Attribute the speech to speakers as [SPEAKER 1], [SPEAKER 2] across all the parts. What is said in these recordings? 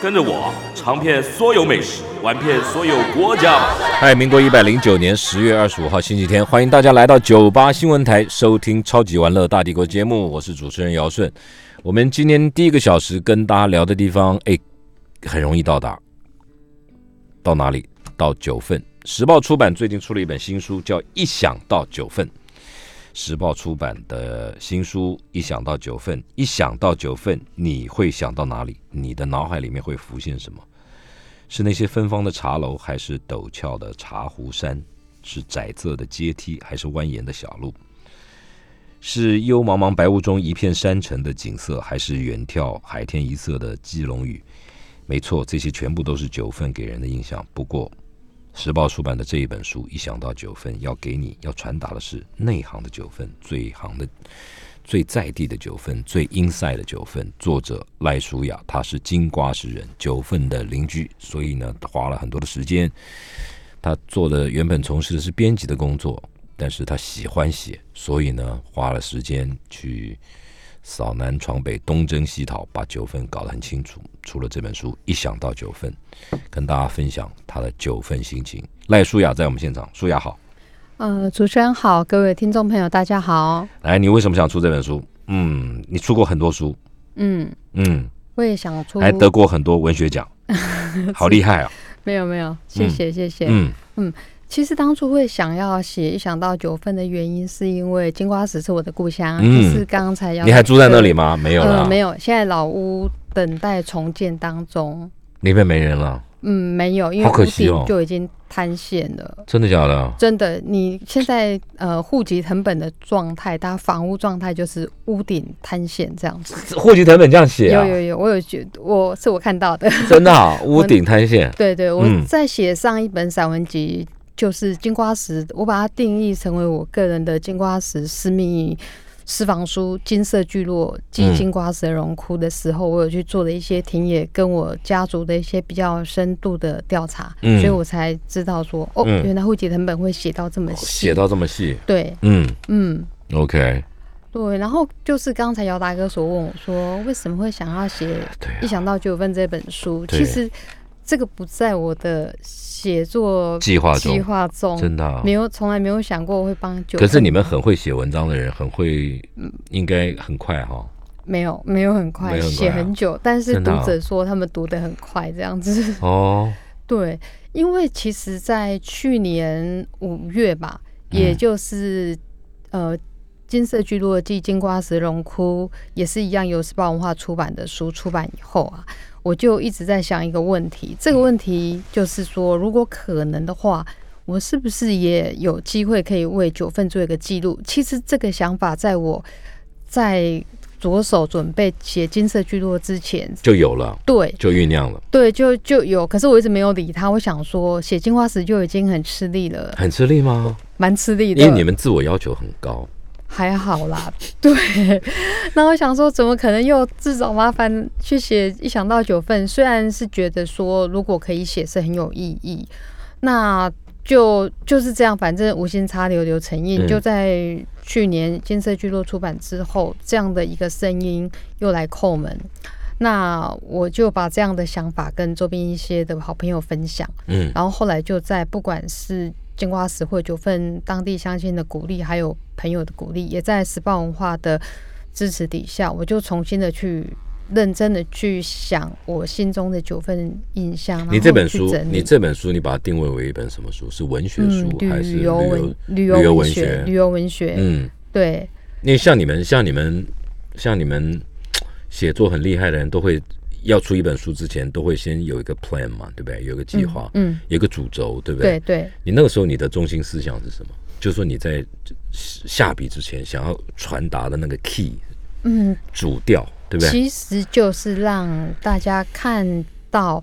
[SPEAKER 1] 跟着我尝遍所有美食，玩遍所有国家吧。
[SPEAKER 2] 嗨，民国一百零九年十月二十五号星期天，欢迎大家来到九八新闻台收听《超级玩乐大帝国》节目，我是主持人姚顺。我们今天第一个小时跟大家聊的地方，哎，很容易到达，到哪里？到九份。时报出版最近出了一本新书，叫《一想到九份》。时报出版的新书《一想到九份》，一想到九份，你会想到哪里？你的脑海里面会浮现什么？是那些芬芳的茶楼，还是陡峭的茶壶山？是窄仄的阶梯，还是蜿蜒的小路？是幽茫茫白雾中一片山城的景色，还是远眺海天一色的基隆屿？没错，这些全部都是九份给人的印象。不过，时报出版的这一本书，一想到九份，要给你要传达的是内行的九份，最行的、最在地的九份，最 inside 的九份。作者赖舒雅，他是金瓜石人，九份的邻居，所以呢，花了很多的时间。他做的原本从事的是编辑的工作，但是他喜欢写，所以呢，花了时间去扫南闯北，东征西讨，把九份搞得很清楚。出了这本书，一想到九份，跟大家分享他的九份心情。赖舒雅在我们现场，舒雅好。
[SPEAKER 3] 呃，主持人好，各位听众朋友，大家好。
[SPEAKER 2] 来，你为什么想出这本书？嗯，你出过很多书，
[SPEAKER 3] 嗯，
[SPEAKER 2] 嗯，
[SPEAKER 3] 我也想出，
[SPEAKER 2] 还得过很多文学 奖，好厉害啊！
[SPEAKER 3] 没有没有，谢谢谢谢。
[SPEAKER 2] 嗯，
[SPEAKER 3] 其实当初会想要写一想到九份的原因，是因为金瓜石是我的故乡，
[SPEAKER 2] 嗯
[SPEAKER 3] 就是刚才要
[SPEAKER 2] 你还住在那里？吗？没有
[SPEAKER 3] 呃，
[SPEAKER 2] 了，
[SPEAKER 3] 没有，现在老屋等待重建当中。
[SPEAKER 2] 那边没人了，
[SPEAKER 3] 嗯，没有，因为
[SPEAKER 2] 好可
[SPEAKER 3] 屋
[SPEAKER 2] 惜哦
[SPEAKER 3] 顶就已经坍陷了。
[SPEAKER 2] 真的假的？
[SPEAKER 3] 真的，你现在呃户籍成本的状态，它房屋状态就是屋顶坍陷这样子。
[SPEAKER 2] 户籍成本这样写啊
[SPEAKER 3] 有？有有，我有觉，我是我看到的。
[SPEAKER 2] 真的啊，屋顶坍陷。
[SPEAKER 3] 对对，我
[SPEAKER 2] 嗯
[SPEAKER 3] 在写上一本散文集，就是金瓜石，我把它定义成为我个人的金瓜石私密私房书《金色聚落》即
[SPEAKER 2] 嗯
[SPEAKER 3] 金瓜石荣窟的时候，我有去做了一些田野跟我家族的一些比较深度的调查，
[SPEAKER 2] 嗯
[SPEAKER 3] 所以我才知道说，哦，
[SPEAKER 2] 嗯
[SPEAKER 3] 原来户籍成本会写到这么细。
[SPEAKER 2] 写到这么细，
[SPEAKER 3] 对，
[SPEAKER 2] 嗯
[SPEAKER 3] 嗯。
[SPEAKER 2] ，OK，
[SPEAKER 3] 对，然后就是刚才姚大哥所问我说，为什么会想要写
[SPEAKER 2] 对
[SPEAKER 3] 一
[SPEAKER 2] 啊，
[SPEAKER 3] 想到九份这本书，
[SPEAKER 2] 对
[SPEAKER 3] 其实这个不在我的写作
[SPEAKER 2] 计划中
[SPEAKER 3] 计划中，
[SPEAKER 2] 真的啊、
[SPEAKER 3] 没有从来没有想过我会帮九份。
[SPEAKER 2] 可是你们很会写文章的人，很会，应该很快哈、
[SPEAKER 3] 没有没有很快
[SPEAKER 2] 没有很快啊
[SPEAKER 3] 写很久，但是
[SPEAKER 2] 真的
[SPEAKER 3] 读
[SPEAKER 2] 啊
[SPEAKER 3] 者说他们读得很快，这样子。
[SPEAKER 2] 哦，
[SPEAKER 3] 对，因为其实，在去年五月吧，
[SPEAKER 2] 嗯
[SPEAKER 3] 也就是、呃。金色聚落暨金瓜石龙窟也是一样，由时报文化出版的书出版以后啊，我就一直在想一个问题。这个问题就是说，如果可能的话，我是不是也有机会可以为九份做一个记录？其实这个想法在我在着手准备写金色聚落之前，
[SPEAKER 2] 就有了，
[SPEAKER 3] 对，
[SPEAKER 2] 就酝酿了，
[SPEAKER 3] 对，就就有，可是我一直没有理他。我想说，写金花石就已经很吃力了，
[SPEAKER 2] 很吃力吗？
[SPEAKER 3] 蛮吃力的。
[SPEAKER 2] 因为你们自我要求很高，
[SPEAKER 3] 还好啦，对。 那我想说，怎么可能又自找麻烦去写？一想到九份，虽然是觉得说，如果可以写是很有意义，那就就是这样，反正无心插柳柳成荫。
[SPEAKER 2] 嗯
[SPEAKER 3] 就在去年金色聚落出版之后，这样的一个声音又来叩门。那我就把这样的想法跟周边一些的好朋友分享，
[SPEAKER 2] 嗯
[SPEAKER 3] 然后后来就在不管是金瓜石或九份当地乡亲的鼓励，还有朋友的鼓励，也在时报文化的支持底下，我就重新的去认真的去想我心中的九份印象。然
[SPEAKER 2] 你这
[SPEAKER 3] 后
[SPEAKER 2] 本
[SPEAKER 3] 去
[SPEAKER 2] 书，
[SPEAKER 3] 整理
[SPEAKER 2] 你这本书，你把它定位为一本什么书？是文学书、
[SPEAKER 3] 嗯、
[SPEAKER 2] 还是
[SPEAKER 3] 旅游文旅
[SPEAKER 2] 游旅
[SPEAKER 3] 游
[SPEAKER 2] 文
[SPEAKER 3] 学旅游文学，
[SPEAKER 2] 嗯，
[SPEAKER 3] 对
[SPEAKER 2] 因为像你们，像你们，像你们写作很厉害的人，都会要出一本书之前，都会先有一个 plan 嘛，对不对？有一个计划，
[SPEAKER 3] 嗯嗯
[SPEAKER 2] 有一个主轴，对不
[SPEAKER 3] 对对，
[SPEAKER 2] 你那个时候你的中心思想是什么？就是说你在下笔之前想要传达的那个 key
[SPEAKER 3] 嗯，
[SPEAKER 2] 主调，对不对？
[SPEAKER 3] 其实就是让大家看到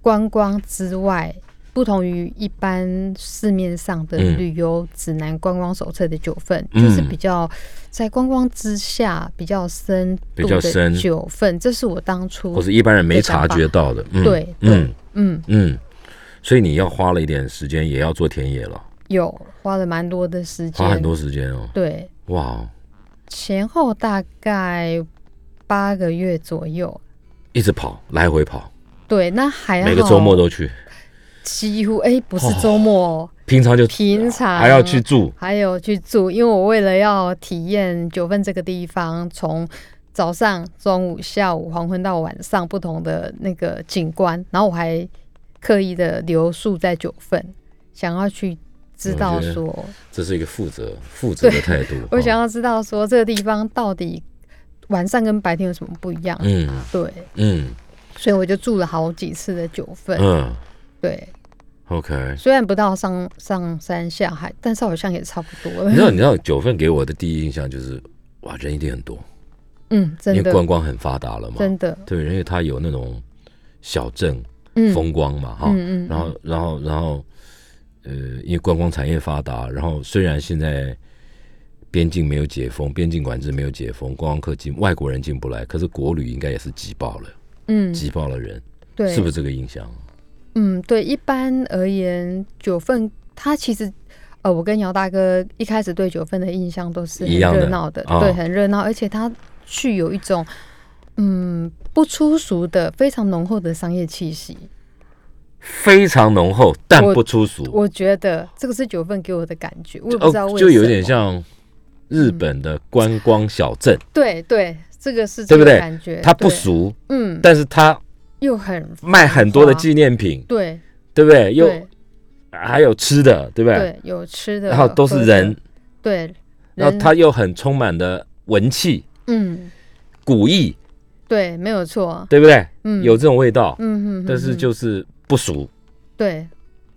[SPEAKER 3] 观光之外，不同于一般市面上的
[SPEAKER 2] 嗯
[SPEAKER 3] 旅游指南、观光手册的九份，
[SPEAKER 2] 嗯
[SPEAKER 3] 就是比较在观光之下比较深
[SPEAKER 2] 比
[SPEAKER 3] 度
[SPEAKER 2] 较
[SPEAKER 3] 的
[SPEAKER 2] 深
[SPEAKER 3] 九份，这是我当初
[SPEAKER 2] 或是一般人没察觉到的。嗯
[SPEAKER 3] 对
[SPEAKER 2] 嗯
[SPEAKER 3] 对嗯
[SPEAKER 2] 嗯，所以你要花了一点时间，也要做田野了，
[SPEAKER 3] 有花了蛮多的时间，
[SPEAKER 2] 花很多时间哦。
[SPEAKER 3] 对
[SPEAKER 2] 哇，
[SPEAKER 3] 前后大概八个月左右。
[SPEAKER 2] 一直跑，来回跑，
[SPEAKER 3] 对，那还好
[SPEAKER 2] 每个周末都去，
[SPEAKER 3] 几乎哎、不是周末、哦，
[SPEAKER 2] 平常就
[SPEAKER 3] 平常
[SPEAKER 2] 还要去住。
[SPEAKER 3] 还有去住，因为我为了要体验九份这个地方，从早上、中午、下午、黄昏到晚上不同的那个景观，然后我还刻意的留宿在九份，想要去知道说，我
[SPEAKER 2] 这是一个负责负责的
[SPEAKER 3] 对
[SPEAKER 2] 态度。哦
[SPEAKER 3] 想要知道说这个地方到底晚上跟白天有什么不一样。
[SPEAKER 2] 嗯
[SPEAKER 3] 对，
[SPEAKER 2] 嗯
[SPEAKER 3] 所以我就住了好几次的九份。
[SPEAKER 2] 嗯
[SPEAKER 3] 对，
[SPEAKER 2] ，OK。
[SPEAKER 3] 虽然不到上上山下海，但是好像也差不多
[SPEAKER 2] 你知
[SPEAKER 3] 了。
[SPEAKER 2] 道，你知道九份给我的第一印象就是，哇，人一定很多，
[SPEAKER 3] 嗯，
[SPEAKER 2] 因
[SPEAKER 3] 真
[SPEAKER 2] 为观
[SPEAKER 3] 的，
[SPEAKER 2] 光很发达了嘛。
[SPEAKER 3] 真的，
[SPEAKER 2] 对，因为它有那种小镇
[SPEAKER 3] 嗯，
[SPEAKER 2] 风光嘛，哈、
[SPEAKER 3] 嗯嗯嗯
[SPEAKER 2] 然后，然后，然后，呃，因为观光产业发达，然后虽然现在边境没有解封，边境管制没有解封，观光客进外国人进不来，可是国旅应该也是挤爆了，
[SPEAKER 3] 嗯，
[SPEAKER 2] 挤爆了人，
[SPEAKER 3] 对，
[SPEAKER 2] 是不是这个印象？
[SPEAKER 3] 嗯，对，一般而言，九份它其实，呃，我跟姚大哥一开始对九份的印象都是很
[SPEAKER 2] 一样的
[SPEAKER 3] 热闹的，
[SPEAKER 2] 哦
[SPEAKER 3] 对，很热闹，而且它具有一种嗯不出俗的非常浓厚的商业气息。
[SPEAKER 2] 非常浓厚，但
[SPEAKER 3] 我
[SPEAKER 2] 不出俗，
[SPEAKER 3] 我觉不知道为什么这个是九份给我的感觉，我也不知道
[SPEAKER 2] 哦，
[SPEAKER 3] 为嗯
[SPEAKER 2] 就有点像日本的观光小镇，
[SPEAKER 3] 对对，这个是
[SPEAKER 2] 对不对
[SPEAKER 3] 这个感觉
[SPEAKER 2] 它不
[SPEAKER 3] 对
[SPEAKER 2] 俗，
[SPEAKER 3] 嗯，
[SPEAKER 2] 但是它
[SPEAKER 3] 又很
[SPEAKER 2] 卖很多的纪念品，
[SPEAKER 3] 对
[SPEAKER 2] 对不对？又
[SPEAKER 3] 对
[SPEAKER 2] 还有吃的，对不对？
[SPEAKER 3] 对有吃的，
[SPEAKER 2] 然后都
[SPEAKER 3] 喝
[SPEAKER 2] 是
[SPEAKER 3] 的
[SPEAKER 2] 人，，
[SPEAKER 3] 对，
[SPEAKER 2] 然后
[SPEAKER 3] 人
[SPEAKER 2] 它又很充满的文气、
[SPEAKER 3] 嗯
[SPEAKER 2] 古意，
[SPEAKER 3] 对，没有错，
[SPEAKER 2] 对不对？
[SPEAKER 3] 嗯
[SPEAKER 2] 有这种味道，
[SPEAKER 3] 嗯嗯，
[SPEAKER 2] 但是
[SPEAKER 3] 嗯
[SPEAKER 2] 就是不俗。
[SPEAKER 3] 对，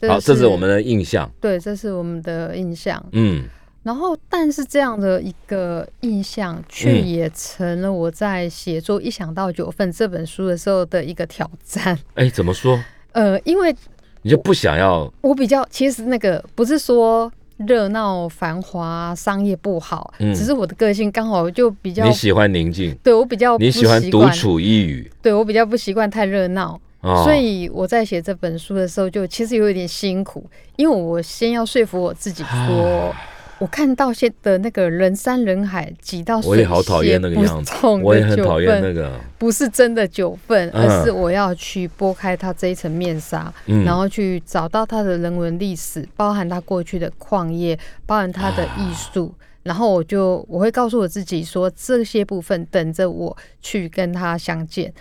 [SPEAKER 2] 好，这是我们的印象。
[SPEAKER 3] 对，这是我们的印象。
[SPEAKER 2] 嗯，
[SPEAKER 3] 然后，但是这样的一个印象，却
[SPEAKER 2] 嗯
[SPEAKER 3] 也成了我在写作《一想到九份》这本书的时候的一个挑战。
[SPEAKER 2] 哎，怎么说？
[SPEAKER 3] 呃，因为
[SPEAKER 2] 你就不想要
[SPEAKER 3] 我比较，其实那个不是说热闹繁华、商业不好，
[SPEAKER 2] 嗯
[SPEAKER 3] 只是我的个性刚好就比较
[SPEAKER 2] 你，喜欢宁静，
[SPEAKER 3] 对我比较
[SPEAKER 2] 你
[SPEAKER 3] 不
[SPEAKER 2] 喜欢
[SPEAKER 3] 习
[SPEAKER 2] 独
[SPEAKER 3] 惯，
[SPEAKER 2] 处一隅
[SPEAKER 3] 对我比较不习惯太热闹。
[SPEAKER 2] 啊。
[SPEAKER 3] 所以我在写这本书的时候，就其实有一点辛苦，因为我先要说服我自己说，我看到现的那个人山人海挤到水
[SPEAKER 2] 我也好讨厌那个样子
[SPEAKER 3] 泄不通，的
[SPEAKER 2] 我也很讨
[SPEAKER 3] 九
[SPEAKER 2] 厌
[SPEAKER 3] 份
[SPEAKER 2] 那个。啊
[SPEAKER 3] 不是真的九份，
[SPEAKER 2] 嗯
[SPEAKER 3] 而是我要去剥开它这一层面纱，
[SPEAKER 2] 嗯
[SPEAKER 3] 然后去找到它的人文历史，包含它过去的矿业，包含它的艺术。
[SPEAKER 2] 啊
[SPEAKER 3] 然后我就我会告诉我自己说，这些部分等着我去跟它相见。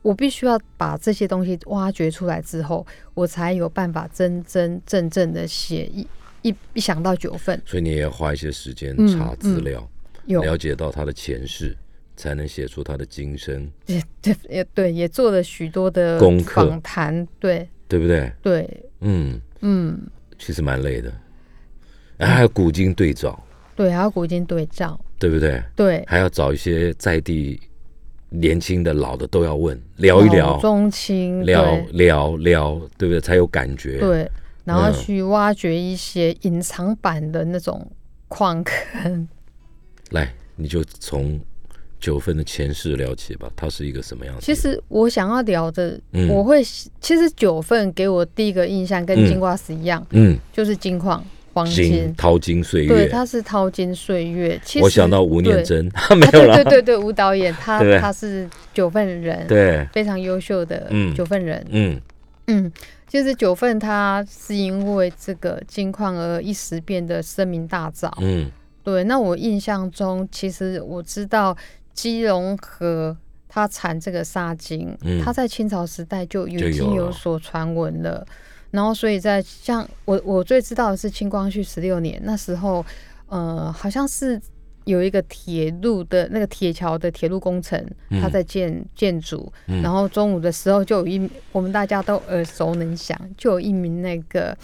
[SPEAKER 3] 我必须要把这些东西挖掘出来之后，我才有办法真真正正的写一一一想到九份
[SPEAKER 2] 所以你也要花一些时间
[SPEAKER 3] 嗯
[SPEAKER 2] 查资料，
[SPEAKER 3] 有
[SPEAKER 2] 了解到他的前世，才能写出他的今生，
[SPEAKER 3] 也对 也对也做了许多的
[SPEAKER 2] 功课
[SPEAKER 3] 访谈，对
[SPEAKER 2] 对不对？
[SPEAKER 3] 对
[SPEAKER 2] 嗯，
[SPEAKER 3] 嗯。
[SPEAKER 2] 其实蛮累的。然后还有古今对照，
[SPEAKER 3] 对，还要古今对照，
[SPEAKER 2] 对不对？
[SPEAKER 3] 对，
[SPEAKER 2] 还要找一些在地年轻的、老的都要问，聊一
[SPEAKER 3] 老
[SPEAKER 2] 聊，
[SPEAKER 3] 中青，
[SPEAKER 2] 聊
[SPEAKER 3] 对
[SPEAKER 2] 聊聊，对不对？才有感觉。，
[SPEAKER 3] 对，然后
[SPEAKER 2] 嗯
[SPEAKER 3] 去挖掘一些隐藏版的那种矿坑。
[SPEAKER 2] 来，你就从九份的前世聊起吧，他是一个什么样子？
[SPEAKER 3] 其，实我想要聊的，
[SPEAKER 2] 嗯
[SPEAKER 3] 我会其实九份给我第一个印象跟
[SPEAKER 2] 嗯
[SPEAKER 3] 金瓜石一样，
[SPEAKER 2] 嗯，
[SPEAKER 3] 就是金矿黄
[SPEAKER 2] 金
[SPEAKER 3] 金，
[SPEAKER 2] 嗯淘金岁
[SPEAKER 3] 对，
[SPEAKER 2] 月，
[SPEAKER 3] 它是淘金岁月。其实
[SPEAKER 2] 我想到吴念
[SPEAKER 3] 对
[SPEAKER 2] 真， 没有了
[SPEAKER 3] 啊对。对对对，吴导演 他
[SPEAKER 2] 对不对
[SPEAKER 3] 他是九份人，
[SPEAKER 2] 对，
[SPEAKER 3] 非常优秀的
[SPEAKER 2] 嗯
[SPEAKER 3] 九份人，
[SPEAKER 2] 嗯
[SPEAKER 3] 嗯，就是九份，它是因为这个金矿而一时变得声名大噪。
[SPEAKER 2] 嗯
[SPEAKER 3] 对，那我印象中，其实我知道基隆河它产这个沙金，
[SPEAKER 2] 嗯
[SPEAKER 3] 它在清朝时代
[SPEAKER 2] 就
[SPEAKER 3] 就已
[SPEAKER 2] 有
[SPEAKER 3] 经有
[SPEAKER 2] 了
[SPEAKER 3] 所传闻了。然后，所以在像我我最知道的是清光绪十六年那时候，呃，好像是有一个铁路的那个铁桥的铁路工程，它
[SPEAKER 2] 嗯
[SPEAKER 3] 在建建筑，
[SPEAKER 2] 嗯
[SPEAKER 3] 然后中午的时候就有一我们大家都耳熟能详，就有一名那个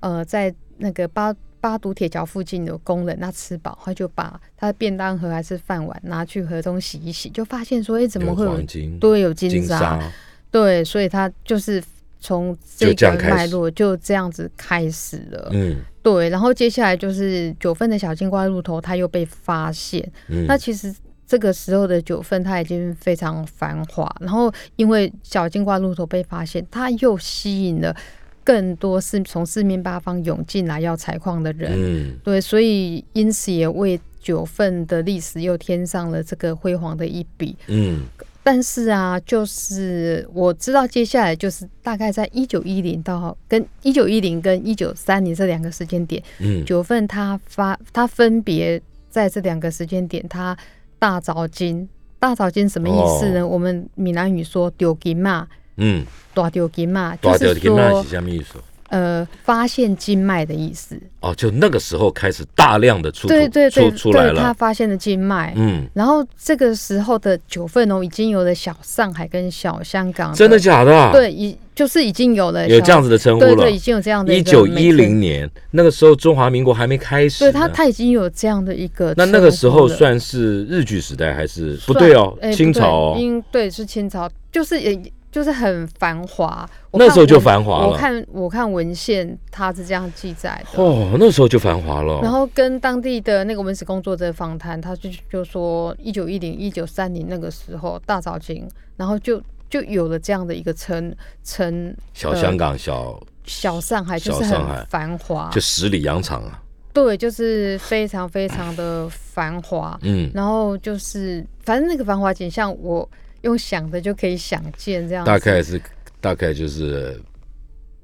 [SPEAKER 3] 呃在那个八八堵铁桥附近的工人，他吃饱他就把他的便当盒还是饭碗拿去河中洗一洗，就发现说，哎、怎么会
[SPEAKER 2] 有
[SPEAKER 3] 有
[SPEAKER 2] 黄金
[SPEAKER 3] 对有金
[SPEAKER 2] 金
[SPEAKER 3] 沙？
[SPEAKER 2] 沙？
[SPEAKER 3] 对，所以他就是从
[SPEAKER 2] 就
[SPEAKER 3] 这
[SPEAKER 2] 这样
[SPEAKER 3] 个
[SPEAKER 2] 开始
[SPEAKER 3] 脉络就这样子开始了。
[SPEAKER 2] 嗯
[SPEAKER 3] 对，然后接下来就是九份的小金瓜鹿头，它又被发现。
[SPEAKER 2] 嗯，
[SPEAKER 3] 那其实这个时候的九份，它已经非常繁华。然后因为小金瓜鹿头被发现，它又吸引了更多是从四面八方涌进来要采矿的人。
[SPEAKER 2] 嗯
[SPEAKER 3] 对，所以因此也为九份的历史又添上了这个辉煌的一笔。
[SPEAKER 2] 嗯
[SPEAKER 3] 但是啊，就是我知道接下来就是大概在一九一零到跟一九一零跟一九三零这两个时间点，
[SPEAKER 2] 嗯
[SPEAKER 3] 九份它发它分别在这两个时间点，它大凿金。大凿金什么意思
[SPEAKER 2] 哦
[SPEAKER 3] 呢？我们闽南语说丢金嘛，
[SPEAKER 2] 嗯，
[SPEAKER 3] 大丢金嘛，就
[SPEAKER 2] 大
[SPEAKER 3] 是
[SPEAKER 2] 条金麦
[SPEAKER 3] 说
[SPEAKER 2] 是什么意思？
[SPEAKER 3] 呃发现金脉的意思。
[SPEAKER 2] 哦，就那个时候开始大量的出土
[SPEAKER 3] 对对对，
[SPEAKER 2] 出出来
[SPEAKER 3] 对，他
[SPEAKER 2] 了，
[SPEAKER 3] 发现了金脉。
[SPEAKER 2] 嗯，
[SPEAKER 3] 然后这个时候的九份哦，已经有了小上海跟小香港，
[SPEAKER 2] 真的假的啊？
[SPEAKER 3] 对，已就是已经有了
[SPEAKER 2] 有
[SPEAKER 3] 小
[SPEAKER 2] 这样子的称呼
[SPEAKER 3] 对
[SPEAKER 2] 了
[SPEAKER 3] 对，已。经有这样的
[SPEAKER 2] 一
[SPEAKER 3] 个
[SPEAKER 2] 九
[SPEAKER 3] 美
[SPEAKER 2] 一
[SPEAKER 3] 称
[SPEAKER 2] 零，年那个时候，中华民国还没开始
[SPEAKER 3] 对
[SPEAKER 2] 呢。
[SPEAKER 3] 他他已经有这样的一个
[SPEAKER 2] 那
[SPEAKER 3] 称
[SPEAKER 2] 那个时候
[SPEAKER 3] 呼了
[SPEAKER 2] 算是日据时代还是不对哦
[SPEAKER 3] 算哎？
[SPEAKER 2] 清朝
[SPEAKER 3] 不
[SPEAKER 2] 哦
[SPEAKER 3] 对，因对是清朝，就是也就是很繁华，我
[SPEAKER 2] 那
[SPEAKER 3] 看
[SPEAKER 2] 时候就
[SPEAKER 3] 文
[SPEAKER 2] 繁华
[SPEAKER 3] 我
[SPEAKER 2] 了
[SPEAKER 3] 看我看文献，它是这样记载的。
[SPEAKER 2] 哦，那时候就繁华了。
[SPEAKER 3] 然后跟当地的那个文史工作者访谈，他就就说，一九一零、一九三零那个时候大早清，然后就就有了这样的一个称称
[SPEAKER 2] 小香、港小
[SPEAKER 3] 呃小上海，就是
[SPEAKER 2] 小上海
[SPEAKER 3] 很繁华，
[SPEAKER 2] 就十里洋场啊，
[SPEAKER 3] 对，就是非常非常的繁华。
[SPEAKER 2] 嗯，
[SPEAKER 3] 然后就是，反正那个繁华景象，我用想的就可以想见这样子。
[SPEAKER 2] 大概是大概就是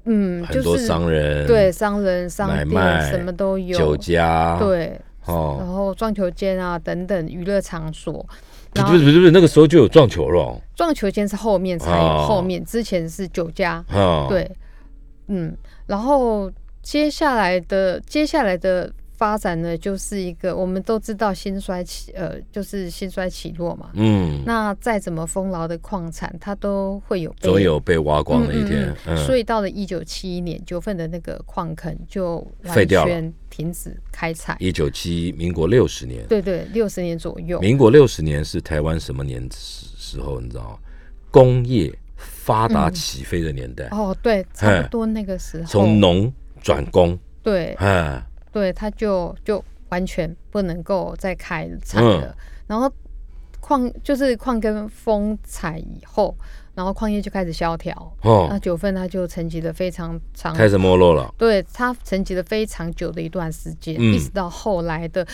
[SPEAKER 3] 嗯，
[SPEAKER 2] 很
[SPEAKER 3] 就
[SPEAKER 2] 多
[SPEAKER 3] 是
[SPEAKER 2] 商人
[SPEAKER 3] 对商人、商
[SPEAKER 2] 买卖
[SPEAKER 3] 店什么都有，
[SPEAKER 2] 酒家
[SPEAKER 3] 对，然
[SPEAKER 2] 哦，
[SPEAKER 3] 后撞球间啊等等娱乐场所，
[SPEAKER 2] 不
[SPEAKER 3] 然
[SPEAKER 2] 不
[SPEAKER 3] 后
[SPEAKER 2] 是不是不是那个时候就有撞球了哦
[SPEAKER 3] 撞球间是后面才有，
[SPEAKER 2] 哦
[SPEAKER 3] 后面之前是酒家，
[SPEAKER 2] 哦，，
[SPEAKER 3] 对，嗯，然后接下来的接下来的发展呢，就是一个我们都知道兴衰起，呃，就是兴衰起落嘛。
[SPEAKER 2] 嗯，
[SPEAKER 3] 那再怎么丰饶的矿产，它都会有被
[SPEAKER 2] 总有被挖光的一
[SPEAKER 3] 嗯
[SPEAKER 2] 天，
[SPEAKER 3] 嗯嗯
[SPEAKER 2] 嗯，
[SPEAKER 3] 所以到了一九七一年，九份的那个矿坑就
[SPEAKER 2] 废
[SPEAKER 3] 完
[SPEAKER 2] 掉了
[SPEAKER 3] 全停止开采。
[SPEAKER 2] 一九七民国六十年，
[SPEAKER 3] 对对，六十年左右。
[SPEAKER 2] 民国六十年是台湾什么年时时候？你知道吗？工业发达起飞的年代，
[SPEAKER 3] 嗯哦，对，差不多那个时候。
[SPEAKER 2] 从农转工，
[SPEAKER 3] 对
[SPEAKER 2] 哎，
[SPEAKER 3] 对，它就就完全不能够再开采
[SPEAKER 2] 嗯
[SPEAKER 3] 了。然后矿就是矿跟风采以后，然后矿业就开始萧条。那
[SPEAKER 2] 哦，
[SPEAKER 3] 九份它就沉寂了非常长
[SPEAKER 2] 开始没落了，
[SPEAKER 3] 对，它沉寂了非常久的一段时间，
[SPEAKER 2] 嗯
[SPEAKER 3] 一直到后来的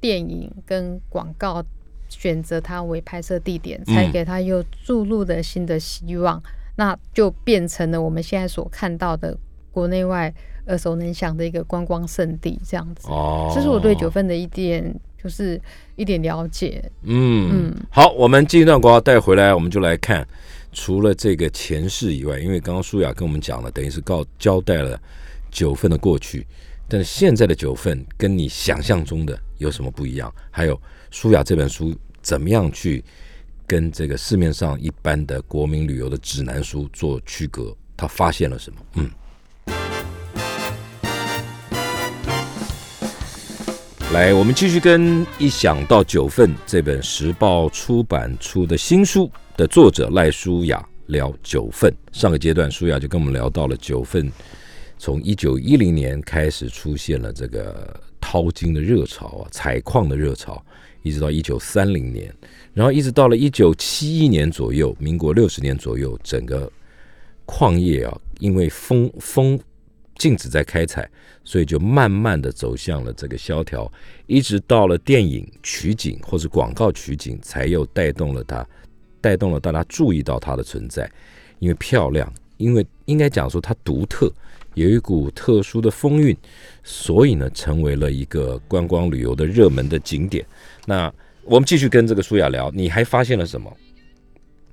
[SPEAKER 3] 电影跟广告选择它为拍摄地点，
[SPEAKER 2] 嗯
[SPEAKER 3] 才给它又注入了新的希望，那就变成了我们现在所看到的国内外耳熟能详的一个观光胜地这样子。
[SPEAKER 2] 哦，
[SPEAKER 3] 这是我对九份的一点，就是一点了解。
[SPEAKER 2] 嗯
[SPEAKER 3] 嗯，
[SPEAKER 2] 好，我们这一段广告带回来，我们就来看，除了这个前世以外，因为刚刚舒雅跟我们讲了，等于是告交代了九份的过去，但是现在的九份跟你想象中的有什么不一样？还有舒雅这本书怎么样去跟这个市面上一般的国民旅游的指南书做区隔？他发现了什么？嗯。来，我们继续跟《一想到九份》这本时报出版出的新书的作者赖舒雅聊九份。上个阶段，舒雅就跟我们聊到了九份，从一九一零年开始出现了这个淘金的热潮啊，采矿的热潮，一直到一九三零年，然后一直到了一九七一年左右，民国六十年左右，整个矿业啊，因为封封禁止在开采，所以就慢慢的走向了这个萧条，一直到了电影取景或是广告取景，才又带动了它，带动了大家注意到它的存在，因为漂亮，因为应该讲说它独特，有一股特殊的风韵，所以呢，成为了一个观光旅游的热门的景点。那我们继续跟这个舒雅聊，你还发现了什么？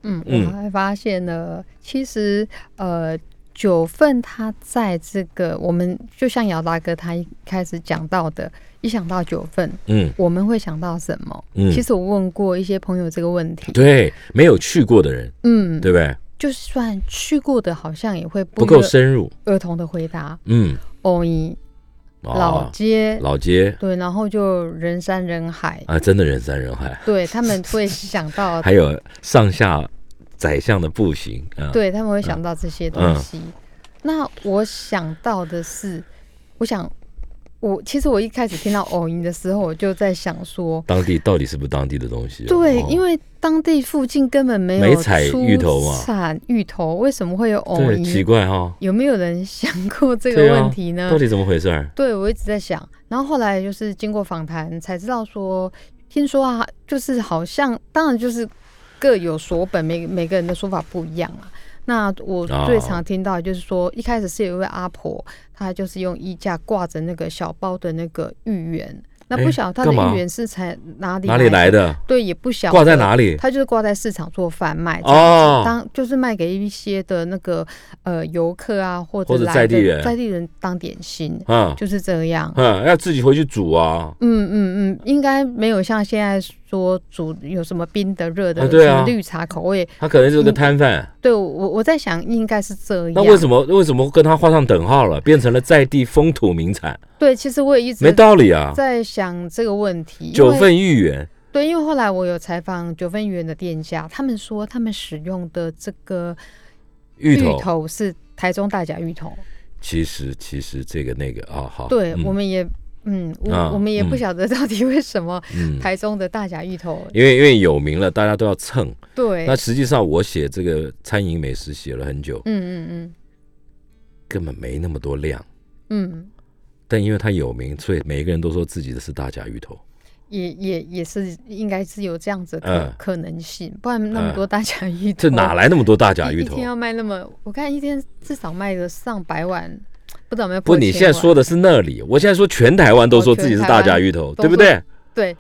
[SPEAKER 3] 嗯，
[SPEAKER 2] 嗯
[SPEAKER 3] 我还发现呢，其实呃，九份它在这个我们就像姚大哥他一开始讲到的，一想到九份，
[SPEAKER 2] 嗯，
[SPEAKER 3] 我们会想到什么？
[SPEAKER 2] 嗯
[SPEAKER 3] 其实我问过一些朋友这个问题，
[SPEAKER 2] 对，没有去过的人，
[SPEAKER 3] 嗯，
[SPEAKER 2] 对不对？
[SPEAKER 3] 就算去过的，好像也会不
[SPEAKER 2] 不够
[SPEAKER 3] 约
[SPEAKER 2] 深入，
[SPEAKER 3] 儿童的回答，
[SPEAKER 2] 嗯，
[SPEAKER 3] 哦咦，老
[SPEAKER 2] 哦
[SPEAKER 3] 街，
[SPEAKER 2] 老街
[SPEAKER 3] 对，然后就人山人海，
[SPEAKER 2] 啊，真的人山人海。
[SPEAKER 3] 对他们会想到
[SPEAKER 2] 还有上下宰相的步行啊，，
[SPEAKER 3] 对他们会想到这些东西。
[SPEAKER 2] 嗯
[SPEAKER 3] 那我想到的是，我想我其实我一开始听到偶音的时候，我就在想说，
[SPEAKER 2] 当地到底是不是当地的东西啊、
[SPEAKER 3] 对，
[SPEAKER 2] 哦
[SPEAKER 3] 因为当地附近根本没有
[SPEAKER 2] 没采
[SPEAKER 3] 出
[SPEAKER 2] 芋头嘛
[SPEAKER 3] 产芋头为什么会有偶
[SPEAKER 2] 对奇
[SPEAKER 3] 音？
[SPEAKER 2] 怪哈，
[SPEAKER 3] 有没有人想过哦这
[SPEAKER 2] 对
[SPEAKER 3] 个
[SPEAKER 2] 啊
[SPEAKER 3] 问题呢？
[SPEAKER 2] 到底怎么回事儿？
[SPEAKER 3] 对，我一直在想，然后后来就是经过访谈才知道说，听说啊，就是好像当然就是各有所本，每每个人的说法不一样啊。那我最
[SPEAKER 2] 哦
[SPEAKER 3] 常听到的就是说，一开始是有一位阿婆，她就是用衣架挂着那个小包的那个芋圆，那不
[SPEAKER 2] 哎
[SPEAKER 3] 晓得她的
[SPEAKER 2] 干嘛
[SPEAKER 3] 芋圆是才哪里
[SPEAKER 2] 哪里来
[SPEAKER 3] 的？
[SPEAKER 2] 的？
[SPEAKER 3] 对，也不晓
[SPEAKER 2] 挂在
[SPEAKER 3] 得
[SPEAKER 2] 哪里？
[SPEAKER 3] 他就是挂在市场做贩卖这样
[SPEAKER 2] 哦
[SPEAKER 3] 当就是卖给一些的那个呃游客啊，或者
[SPEAKER 2] 或者
[SPEAKER 3] 来
[SPEAKER 2] 在地
[SPEAKER 3] 的
[SPEAKER 2] 人
[SPEAKER 3] 在地人当点心，
[SPEAKER 2] 啊，
[SPEAKER 3] 就是这样。
[SPEAKER 2] 嗯，要自己回去煮啊。
[SPEAKER 3] 嗯嗯嗯，应该没有像现在说煮有什么冰的、热的、
[SPEAKER 2] 啊对啊
[SPEAKER 3] 什么绿茶口味。
[SPEAKER 2] 他可能就是个摊贩，
[SPEAKER 3] 对我我在想应该是这样。
[SPEAKER 2] 那为什？么为什么跟他画上等号了，变成了在地风土名产？
[SPEAKER 3] 对，其实我也一
[SPEAKER 2] 没
[SPEAKER 3] 直
[SPEAKER 2] 道理啊！
[SPEAKER 3] 在想这个问题。因
[SPEAKER 2] 九
[SPEAKER 3] 为
[SPEAKER 2] 份芋圆，
[SPEAKER 3] 对，因为后来我有采访九份园的店家，他们说他们使用的这个
[SPEAKER 2] 芋头，
[SPEAKER 3] 是台中大甲芋头。
[SPEAKER 2] 其实其实这个那个啊，好，
[SPEAKER 3] 对，
[SPEAKER 2] 嗯
[SPEAKER 3] 我们也，嗯，我、
[SPEAKER 2] 啊
[SPEAKER 3] 我们也不
[SPEAKER 2] 嗯
[SPEAKER 3] 晓得到底为什么
[SPEAKER 2] 嗯，
[SPEAKER 3] 台中的大甲芋头，
[SPEAKER 2] 因为因为有名了，大家都要蹭。
[SPEAKER 3] 对，
[SPEAKER 2] 那
[SPEAKER 3] 嗯
[SPEAKER 2] 实际上我写这个餐饮美食写了很久，
[SPEAKER 3] 嗯嗯
[SPEAKER 2] 根本没那么多量，
[SPEAKER 3] 嗯，
[SPEAKER 2] 但因为它有名，所以每一个人都说自己的是大甲芋
[SPEAKER 3] 哦
[SPEAKER 2] 头。
[SPEAKER 3] 也也也是应该是有这样子的可、
[SPEAKER 2] 嗯
[SPEAKER 3] 可能性，不然那么
[SPEAKER 2] 嗯
[SPEAKER 3] 多大甲芋头，
[SPEAKER 2] 这哪来那么多大甲
[SPEAKER 3] 一
[SPEAKER 2] 芋
[SPEAKER 3] 一
[SPEAKER 2] 头
[SPEAKER 3] 天？要卖那么，我看一天至少卖个上百碗，不知道有没有
[SPEAKER 2] 不，
[SPEAKER 3] 破
[SPEAKER 2] 你
[SPEAKER 3] 千
[SPEAKER 2] 现在
[SPEAKER 3] 碗
[SPEAKER 2] 说的是那里，我现在说全台湾都说自己是大甲芋头，
[SPEAKER 3] 哦哦全台湾都
[SPEAKER 2] 对不对？
[SPEAKER 3] 对，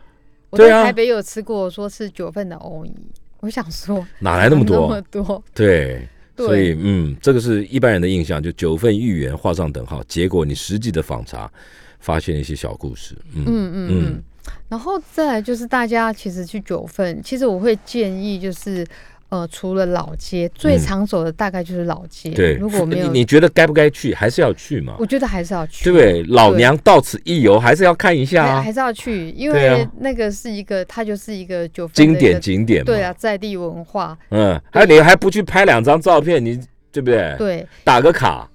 [SPEAKER 3] 我
[SPEAKER 2] 对
[SPEAKER 3] 在
[SPEAKER 2] 啊
[SPEAKER 3] 台北有吃过，说是九份的藕泥，我想 说
[SPEAKER 2] 哪来那么
[SPEAKER 3] 那么
[SPEAKER 2] 多？啊
[SPEAKER 3] 多，
[SPEAKER 2] 对，
[SPEAKER 3] 对
[SPEAKER 2] 所以嗯，这个是一般人的印象，就九份芋圆画上等号。结果你实际的访查，发现一些小故事。嗯
[SPEAKER 3] 嗯嗯嗯。然后再来就是大家其实去九份，其实我会建议就是，呃，除了老街，最常走的大概就是老街。
[SPEAKER 2] 嗯对，
[SPEAKER 3] 如果没有，
[SPEAKER 2] 你你觉得该不该去，还是要去嘛？
[SPEAKER 3] 我觉得还是要去，
[SPEAKER 2] 对不对？老娘到此一游，还是要看一下
[SPEAKER 3] 还
[SPEAKER 2] 啊
[SPEAKER 3] 还，是要去，因
[SPEAKER 2] 对
[SPEAKER 3] 为
[SPEAKER 2] 啊
[SPEAKER 3] 那个是一个，它就是一个九份的一
[SPEAKER 2] 经
[SPEAKER 3] 个
[SPEAKER 2] 典景点嘛。
[SPEAKER 3] 对啊，，在地文化，
[SPEAKER 2] 嗯，还有你还不去拍两张照片，你对不对？
[SPEAKER 3] 对。哦
[SPEAKER 2] 打个卡。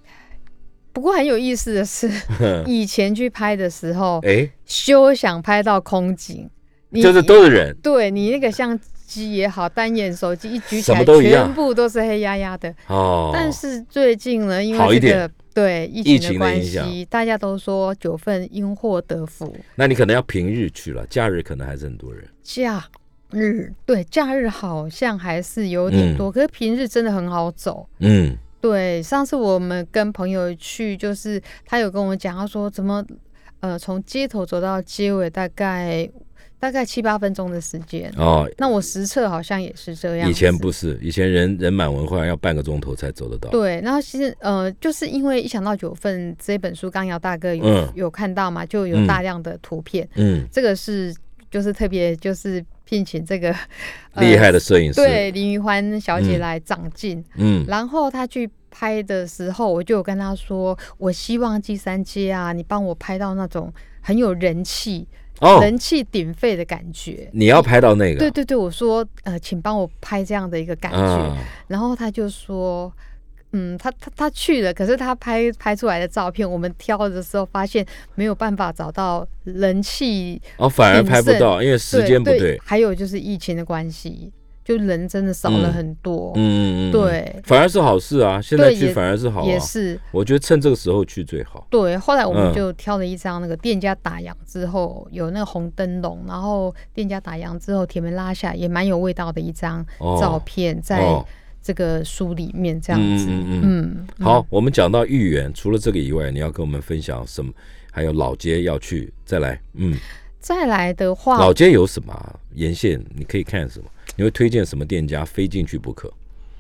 [SPEAKER 3] 不过很有意思 的是，以前去拍的时候，
[SPEAKER 2] 哎，
[SPEAKER 3] 休想拍到空景，你
[SPEAKER 2] 就是都是人，
[SPEAKER 3] 对你那个相机也好，单眼手机一举起
[SPEAKER 2] 什
[SPEAKER 3] 来，
[SPEAKER 2] 么都一样
[SPEAKER 3] 全部都是黑压压的。
[SPEAKER 2] 哦，
[SPEAKER 3] 但是最近呢，因
[SPEAKER 2] 好一
[SPEAKER 3] 为这
[SPEAKER 2] 点
[SPEAKER 3] 个对疫
[SPEAKER 2] 疫
[SPEAKER 3] 情
[SPEAKER 2] 情
[SPEAKER 3] 的
[SPEAKER 2] 的
[SPEAKER 3] 关
[SPEAKER 2] 影响
[SPEAKER 3] 系，大家都说九份因祸得福，
[SPEAKER 2] 那你可能要平日去了，假日可能还是很多人。
[SPEAKER 3] 假日对假日好像还是有点
[SPEAKER 2] 嗯
[SPEAKER 3] 多，可是平日真的很好走。
[SPEAKER 2] 嗯，
[SPEAKER 3] 对，上次我们跟朋友去，就是他有跟我讲，他说怎么呃从街头走到街尾大概大概七八分钟的时间。
[SPEAKER 2] 哦，
[SPEAKER 3] 那我实测好像也是这样子，
[SPEAKER 2] 以前不是，以前人人满文化要半个钟头才走得到。
[SPEAKER 3] 对，然后其实呃，就是因为一想到九份这本书，刚刚姚大哥有、
[SPEAKER 2] 嗯
[SPEAKER 3] 有看到嘛，就有
[SPEAKER 2] 嗯
[SPEAKER 3] 大量的图片，
[SPEAKER 2] 嗯，
[SPEAKER 3] 这个是就是特别就是聘请这个、呃
[SPEAKER 2] 厉害的摄影师。
[SPEAKER 3] 对林玉欢小姐
[SPEAKER 2] 嗯
[SPEAKER 3] 来长进，
[SPEAKER 2] 嗯，
[SPEAKER 3] 然后她去。拍的时候，我就有跟她说，我希望第三街啊，你帮我拍到那种很有人气、
[SPEAKER 2] 哦，啊
[SPEAKER 3] 人气鼎沸的感觉。
[SPEAKER 2] 你要拍到那个。
[SPEAKER 3] 对对对，我说，呃，请帮我拍这样的一个感觉。
[SPEAKER 2] 啊，
[SPEAKER 3] 然后他就说，嗯，他他他去了，可是他拍拍出来的照片，我们挑的时候发现没有办法找到人气，
[SPEAKER 2] 哦，反而拍不到，因为
[SPEAKER 3] 对
[SPEAKER 2] 时间不
[SPEAKER 3] 对
[SPEAKER 2] 对。
[SPEAKER 3] 还有就是疫情的关系，就人真的少了
[SPEAKER 2] 嗯
[SPEAKER 3] 很多，
[SPEAKER 2] 嗯嗯嗯，嗯，
[SPEAKER 3] 对，
[SPEAKER 2] 反而是好事啊，现在
[SPEAKER 3] 对
[SPEAKER 2] 去
[SPEAKER 3] 也
[SPEAKER 2] 反而是好
[SPEAKER 3] 也
[SPEAKER 2] 啊。
[SPEAKER 3] 是。
[SPEAKER 2] 我觉得趁这个时候去最好。
[SPEAKER 3] 对，后来我们
[SPEAKER 2] 嗯
[SPEAKER 3] 就挑了一张那个店家打烊之后有那个红灯笼，然后店家打烊之后铁门拉下，也蛮有味道的一张
[SPEAKER 2] 哦
[SPEAKER 3] 照片，在
[SPEAKER 2] 哦
[SPEAKER 3] 这个书里面这样
[SPEAKER 2] 嗯
[SPEAKER 3] 子，
[SPEAKER 2] 嗯嗯
[SPEAKER 3] 嗯，嗯
[SPEAKER 2] 好，我们讲到豫园，除了这个以外，你要跟我们分享什么？还有老街要去，再来，嗯，
[SPEAKER 3] 再来的话，
[SPEAKER 2] 老街有什么啊沿线？你可以看什么？你会推荐什么店家非进去不可？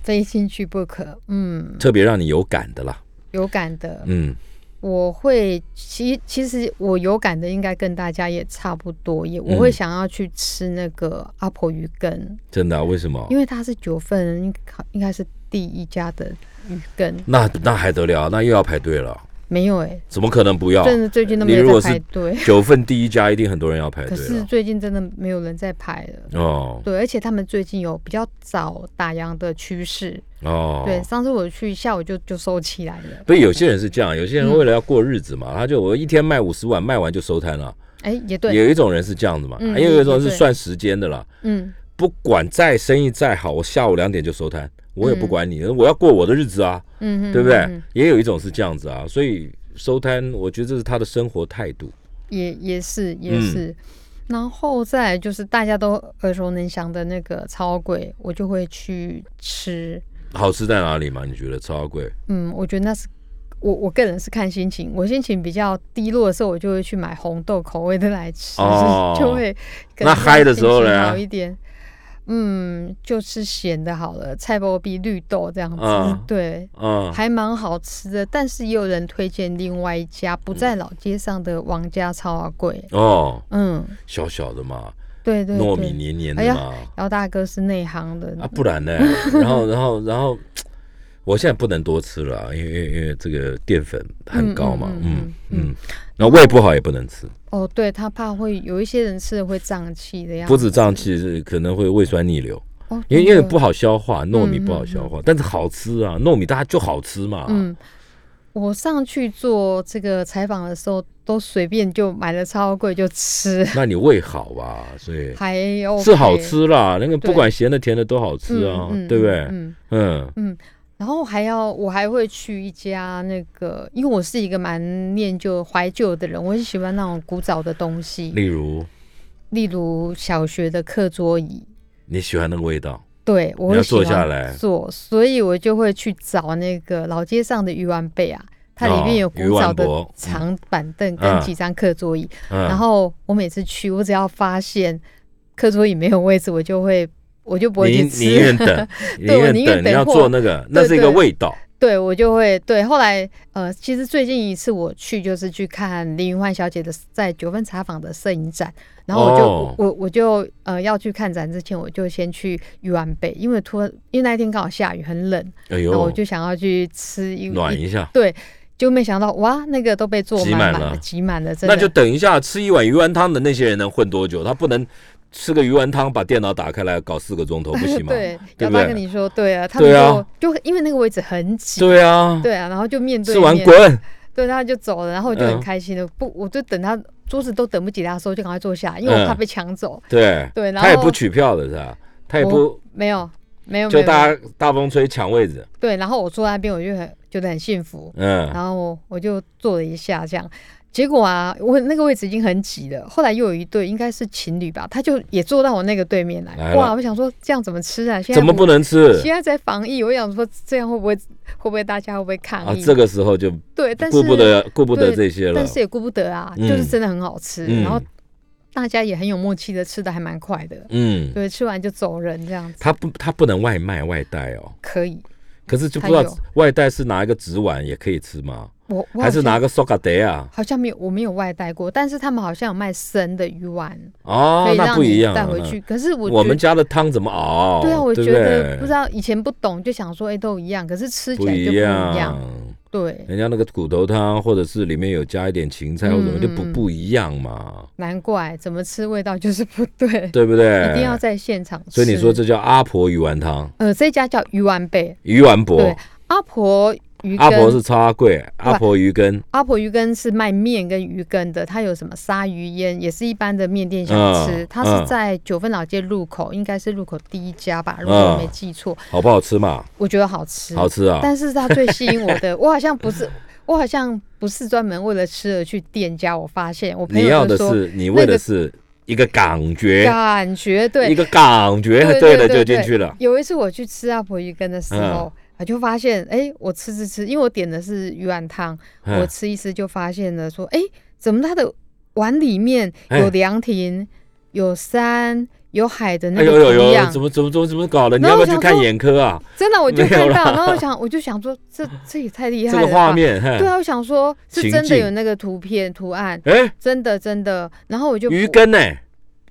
[SPEAKER 3] 非进去不可。嗯，
[SPEAKER 2] 特别让你有感的啦，
[SPEAKER 3] 有感的，
[SPEAKER 2] 嗯，
[SPEAKER 3] 我会其其实我有感的应该跟大家也差不多，也我
[SPEAKER 2] 嗯
[SPEAKER 3] 会想要去吃那个阿婆鱼羹，
[SPEAKER 2] 真的啊、为什么？
[SPEAKER 3] 因为它是九份应该应该是第一家的鱼羹。
[SPEAKER 2] 那那还得了？那又要排队了。
[SPEAKER 3] 没有哎、
[SPEAKER 2] 怎么可能不要？
[SPEAKER 3] 真的最近都
[SPEAKER 2] 哦
[SPEAKER 3] 没
[SPEAKER 2] 你如
[SPEAKER 3] 有
[SPEAKER 2] 果
[SPEAKER 3] 在
[SPEAKER 2] 是
[SPEAKER 3] 排队，
[SPEAKER 2] 九份第一家一定很多人要排
[SPEAKER 3] 可
[SPEAKER 2] 队哦
[SPEAKER 3] 是
[SPEAKER 2] 了。
[SPEAKER 3] 最近真的没有人在排了。
[SPEAKER 2] 哦
[SPEAKER 3] 对，而且他们最近有比较早打烊的趋势。
[SPEAKER 2] 哦，
[SPEAKER 3] 对，上次我去下午就就收起来了。
[SPEAKER 2] 不是有些人是这样，有些
[SPEAKER 3] 嗯
[SPEAKER 2] 人为了要过日子嘛，他就我一天卖五十碗，卖完就收摊了。
[SPEAKER 3] 哎、也对，
[SPEAKER 2] 有一种人是这样子嘛，
[SPEAKER 3] 嗯
[SPEAKER 2] 还有一种
[SPEAKER 3] 也
[SPEAKER 2] 是
[SPEAKER 3] 对
[SPEAKER 2] 算时间的啦，
[SPEAKER 3] 嗯，
[SPEAKER 2] 不管再生意再好，我下午两点就收摊，我也不管你，我要过我的日子啊，
[SPEAKER 3] 嗯哼，
[SPEAKER 2] 对不对？
[SPEAKER 3] 嗯哼
[SPEAKER 2] 也有一种是这样子啊，所以收摊，我觉得这是他的生活态度。
[SPEAKER 3] 也也是也
[SPEAKER 2] 嗯
[SPEAKER 3] 是。然后再来就是大家都耳熟能详的那个超贵，我就会去吃。
[SPEAKER 2] 好吃在哪里嘛？你觉得超贵？
[SPEAKER 3] 嗯，我觉得那是我我个人是看心情，我心情比较低落的时候，我就会去买红豆口味的来吃，
[SPEAKER 2] 哦
[SPEAKER 3] 就会可
[SPEAKER 2] 那
[SPEAKER 3] 能
[SPEAKER 2] 嗨的时候
[SPEAKER 3] 心情
[SPEAKER 2] 呢
[SPEAKER 3] 好一点。嗯，就吃咸的好了，菜包比绿豆这样子，
[SPEAKER 2] 嗯
[SPEAKER 3] 对，
[SPEAKER 2] 啊、
[SPEAKER 3] 还蛮好吃的。但是也有人推荐另外一家不
[SPEAKER 2] 嗯
[SPEAKER 3] 在老街上的王家超啊贵，
[SPEAKER 2] 哦，
[SPEAKER 3] 嗯，
[SPEAKER 2] 小小的嘛，
[SPEAKER 3] 对对对，
[SPEAKER 2] 糯米黏黏
[SPEAKER 3] 哎
[SPEAKER 2] 的
[SPEAKER 3] 呀
[SPEAKER 2] 嘛，
[SPEAKER 3] 姚大哥是内行的，
[SPEAKER 2] 啊，不 然呢？然后，然后，然后，我现在不能多吃了啊，因为因为因为这个淀粉很高嘛，
[SPEAKER 3] 嗯嗯
[SPEAKER 2] 嗯
[SPEAKER 3] 嗯嗯
[SPEAKER 2] 嗯，然后胃不好也不能吃，
[SPEAKER 3] 哦，对他怕会有一些人吃了会胀气的样子，
[SPEAKER 2] 不止胀气，是可能会胃酸逆流，
[SPEAKER 3] 哦，
[SPEAKER 2] 因为因
[SPEAKER 3] 真
[SPEAKER 2] 为
[SPEAKER 3] 的
[SPEAKER 2] 不好消化，糯米
[SPEAKER 3] 嗯
[SPEAKER 2] 不好消化，但是好吃啊，糯米大家就好吃嘛，
[SPEAKER 3] 嗯，我上去做这个采访的时候，都随便就买了超贵就吃，
[SPEAKER 2] 那你胃好吧，所以
[SPEAKER 3] 还有、
[SPEAKER 2] 是好吃啦，那个不
[SPEAKER 3] 对
[SPEAKER 2] 管咸的甜的都好吃啊
[SPEAKER 3] 嗯嗯，
[SPEAKER 2] 对不对？
[SPEAKER 3] 嗯，
[SPEAKER 2] 嗯，
[SPEAKER 3] 然后还要我还会去一家那个，因为我是一个蛮念旧怀旧的人，我很喜欢那种古早的东西，
[SPEAKER 2] 例如
[SPEAKER 3] 例如小学的课桌椅。
[SPEAKER 2] 你喜欢那个味道，
[SPEAKER 3] 对，我
[SPEAKER 2] 你要
[SPEAKER 3] 会
[SPEAKER 2] 坐
[SPEAKER 3] 喜欢
[SPEAKER 2] 下来
[SPEAKER 3] 坐，所以我就会去找那个老街上的鱼丸贝啊，它里面有
[SPEAKER 2] 哦鱼
[SPEAKER 3] 古
[SPEAKER 2] 丸
[SPEAKER 3] 早的
[SPEAKER 2] 博嗯
[SPEAKER 3] 长板凳
[SPEAKER 2] 嗯
[SPEAKER 3] 跟几张课桌椅，
[SPEAKER 2] 嗯，
[SPEAKER 3] 然后我每次去，我只要发现课桌椅没有位置，我就会我就不会
[SPEAKER 2] 你
[SPEAKER 3] 去
[SPEAKER 2] 宁愿
[SPEAKER 3] 吃。
[SPEAKER 2] 等，
[SPEAKER 3] 对我宁
[SPEAKER 2] 宁
[SPEAKER 3] 愿
[SPEAKER 2] 等，你
[SPEAKER 3] 等
[SPEAKER 2] 要
[SPEAKER 3] 货
[SPEAKER 2] 做那个，那
[SPEAKER 3] 对
[SPEAKER 2] 是一个
[SPEAKER 3] 对
[SPEAKER 2] 味道。
[SPEAKER 3] 对，我就会对。后来呃，其实最近一次我去就是去看林云焕小姐的在九份茶坊的摄影展，然后我就、
[SPEAKER 2] 哦
[SPEAKER 3] 我我就呃要去看展之前，我就先去鱼丸北，因为突然因为那一天刚好下雨很冷，
[SPEAKER 2] 哎
[SPEAKER 3] 然后
[SPEAKER 2] 呦，
[SPEAKER 3] 我就想要去吃一
[SPEAKER 2] 暖
[SPEAKER 3] 一
[SPEAKER 2] 一下，
[SPEAKER 3] 对。就没想到哇，那个都被坐
[SPEAKER 2] 挤满
[SPEAKER 3] 满满
[SPEAKER 2] 了
[SPEAKER 3] 的，挤满了，真的。
[SPEAKER 2] 那就等一下吃一碗鱼丸汤的那些人能混多久？他不能吃个鱼丸汤把电脑打开来搞四个钟头，不行吗？
[SPEAKER 3] 对，
[SPEAKER 2] 对
[SPEAKER 3] 姚
[SPEAKER 2] 不
[SPEAKER 3] 爸
[SPEAKER 2] 对
[SPEAKER 3] 跟你说，对啊，他们
[SPEAKER 2] 对啊
[SPEAKER 3] 就就因为那个位置很挤，
[SPEAKER 2] 对啊，
[SPEAKER 3] 对啊，然后就面对
[SPEAKER 2] 吃完
[SPEAKER 3] 面，
[SPEAKER 2] 滚。
[SPEAKER 3] 对，他就走了，然后我就
[SPEAKER 2] 嗯
[SPEAKER 3] 很开心的，不，我就等他桌子都等不及他的时候，就赶快坐下，因为我怕
[SPEAKER 2] 嗯
[SPEAKER 3] 被抢走。
[SPEAKER 2] 对，
[SPEAKER 3] 对，然后
[SPEAKER 2] 他也不取票的是吧？他也
[SPEAKER 3] 我
[SPEAKER 2] 不
[SPEAKER 3] 没有没有没
[SPEAKER 2] 就
[SPEAKER 3] 有没有
[SPEAKER 2] 大家大风吹抢位置，
[SPEAKER 3] 对，然后我坐在那边，我就很觉得很幸福，
[SPEAKER 2] 嗯，
[SPEAKER 3] 然后我我就坐了一下这样。结果啊，我那个位置已经很挤了。后来又有一对应该是情侣吧，他就也坐到我那个对面来。
[SPEAKER 2] 来了
[SPEAKER 3] 哇，我想说这样怎么吃啊？现在
[SPEAKER 2] 怎么不能吃
[SPEAKER 3] 现在在防疫，我想说这样会不会会不会大家会不会抗
[SPEAKER 2] 啊？
[SPEAKER 3] 议？
[SPEAKER 2] 这个时候就
[SPEAKER 3] 对，但是
[SPEAKER 2] 顾不得顾不得
[SPEAKER 3] 对
[SPEAKER 2] 这些了
[SPEAKER 3] 但，是也顾不得啊，
[SPEAKER 2] 嗯
[SPEAKER 3] 就是真的很好吃，
[SPEAKER 2] 嗯
[SPEAKER 3] 然后大家也很有默契的吃的还蛮快的，
[SPEAKER 2] 嗯，
[SPEAKER 3] 对，吃完就走人这样子
[SPEAKER 2] 他不他不能外卖外带哦，
[SPEAKER 3] 可以。
[SPEAKER 2] 可是就不
[SPEAKER 3] 他
[SPEAKER 2] 知道
[SPEAKER 3] 有
[SPEAKER 2] 外带是拿一个纸碗也可以吃吗？
[SPEAKER 3] 我我
[SPEAKER 2] 还是拿
[SPEAKER 3] 个
[SPEAKER 2] 个 s o g a d 啊？
[SPEAKER 3] 好像没有，我没有外带过，但是他们好像有卖生的鱼丸，
[SPEAKER 2] 哦
[SPEAKER 3] 可，以
[SPEAKER 2] 那
[SPEAKER 3] 让
[SPEAKER 2] 不一
[SPEAKER 3] 你
[SPEAKER 2] 样啊。
[SPEAKER 3] 带回去。可是我
[SPEAKER 2] 我们
[SPEAKER 3] 觉得
[SPEAKER 2] 家的汤怎么熬？
[SPEAKER 3] 对啊，我
[SPEAKER 2] 不
[SPEAKER 3] 觉得不
[SPEAKER 2] 对
[SPEAKER 3] 知道以前不懂，就想说哎都一样，可是吃起来就不
[SPEAKER 2] 一
[SPEAKER 3] 一
[SPEAKER 2] 样
[SPEAKER 3] 样。。对，
[SPEAKER 2] 人家那个骨头汤，或者是里面有加一点芹菜，或者什么
[SPEAKER 3] 嗯
[SPEAKER 2] 就不
[SPEAKER 3] 嗯
[SPEAKER 2] 不一样嘛，
[SPEAKER 3] 难怪怎么吃味道就是不对，
[SPEAKER 2] 对不对？
[SPEAKER 3] 一定要。在现场吃。
[SPEAKER 2] 所以你说这叫阿婆鱼丸汤，
[SPEAKER 3] 呃，这家叫鱼丸贝，
[SPEAKER 2] 鱼丸
[SPEAKER 3] 对
[SPEAKER 2] 博，，
[SPEAKER 3] 阿婆鱼
[SPEAKER 2] 阿
[SPEAKER 3] 羹，
[SPEAKER 2] 婆是超阿贵，阿婆鱼羹，
[SPEAKER 3] 阿婆鱼羹是卖面跟鱼羹的，它有什么鲨鱼烟，也是一般的面店小吃。
[SPEAKER 2] 嗯
[SPEAKER 3] 它是在九份老街路口，应该是路口第一家吧，如果我没记错，
[SPEAKER 2] 好不好吃嘛？
[SPEAKER 3] 我觉得好吃。
[SPEAKER 2] 嗯好吃啊！
[SPEAKER 3] 但是它最吸引我 的，我好像不是，我好像不是专门为了吃而去店家。我发现我朋
[SPEAKER 2] 你要
[SPEAKER 3] 友就
[SPEAKER 2] 的
[SPEAKER 3] 说，
[SPEAKER 2] 是，哎你为
[SPEAKER 3] 那
[SPEAKER 2] 的
[SPEAKER 3] 个
[SPEAKER 2] 是一个感觉，
[SPEAKER 3] 感觉
[SPEAKER 2] 一
[SPEAKER 3] 对。
[SPEAKER 2] 个感觉，
[SPEAKER 3] 对
[SPEAKER 2] 哎对
[SPEAKER 3] 对
[SPEAKER 2] 了
[SPEAKER 3] 对
[SPEAKER 2] 就
[SPEAKER 3] 对
[SPEAKER 2] 进去了。嗯
[SPEAKER 3] 有一次我去吃阿婆鱼羹的时候，我就发现，哎、我吃吃吃，因为我点的是鱼丸汤，
[SPEAKER 2] 嗯
[SPEAKER 3] 我吃一吃就发现了，说，哎、怎么它的碗里面
[SPEAKER 2] 哎
[SPEAKER 3] 有凉亭、有山、有海的那
[SPEAKER 2] 哎
[SPEAKER 3] 个
[SPEAKER 2] 呦呦
[SPEAKER 3] 图
[SPEAKER 2] 呦，
[SPEAKER 3] 样？
[SPEAKER 2] 怎么怎么怎么怎么搞的？你
[SPEAKER 3] 然
[SPEAKER 2] 要
[SPEAKER 3] 后
[SPEAKER 2] 不
[SPEAKER 3] 我
[SPEAKER 2] 要去
[SPEAKER 3] 想
[SPEAKER 2] 看
[SPEAKER 3] 说
[SPEAKER 2] 眼科啊？
[SPEAKER 3] 真的，我就
[SPEAKER 2] 没有
[SPEAKER 3] 看到，
[SPEAKER 2] 啦
[SPEAKER 3] 然后我想，我就想说，这这也太厉害
[SPEAKER 2] 这
[SPEAKER 3] 了，
[SPEAKER 2] 个画。面，
[SPEAKER 3] 对
[SPEAKER 2] 嘿
[SPEAKER 3] 啊，我想说，是
[SPEAKER 2] 情
[SPEAKER 3] 真的
[SPEAKER 2] 境
[SPEAKER 3] 有那个图片图案，
[SPEAKER 2] 哎，
[SPEAKER 3] 真的真的。然后我就
[SPEAKER 2] 鱼羹呢？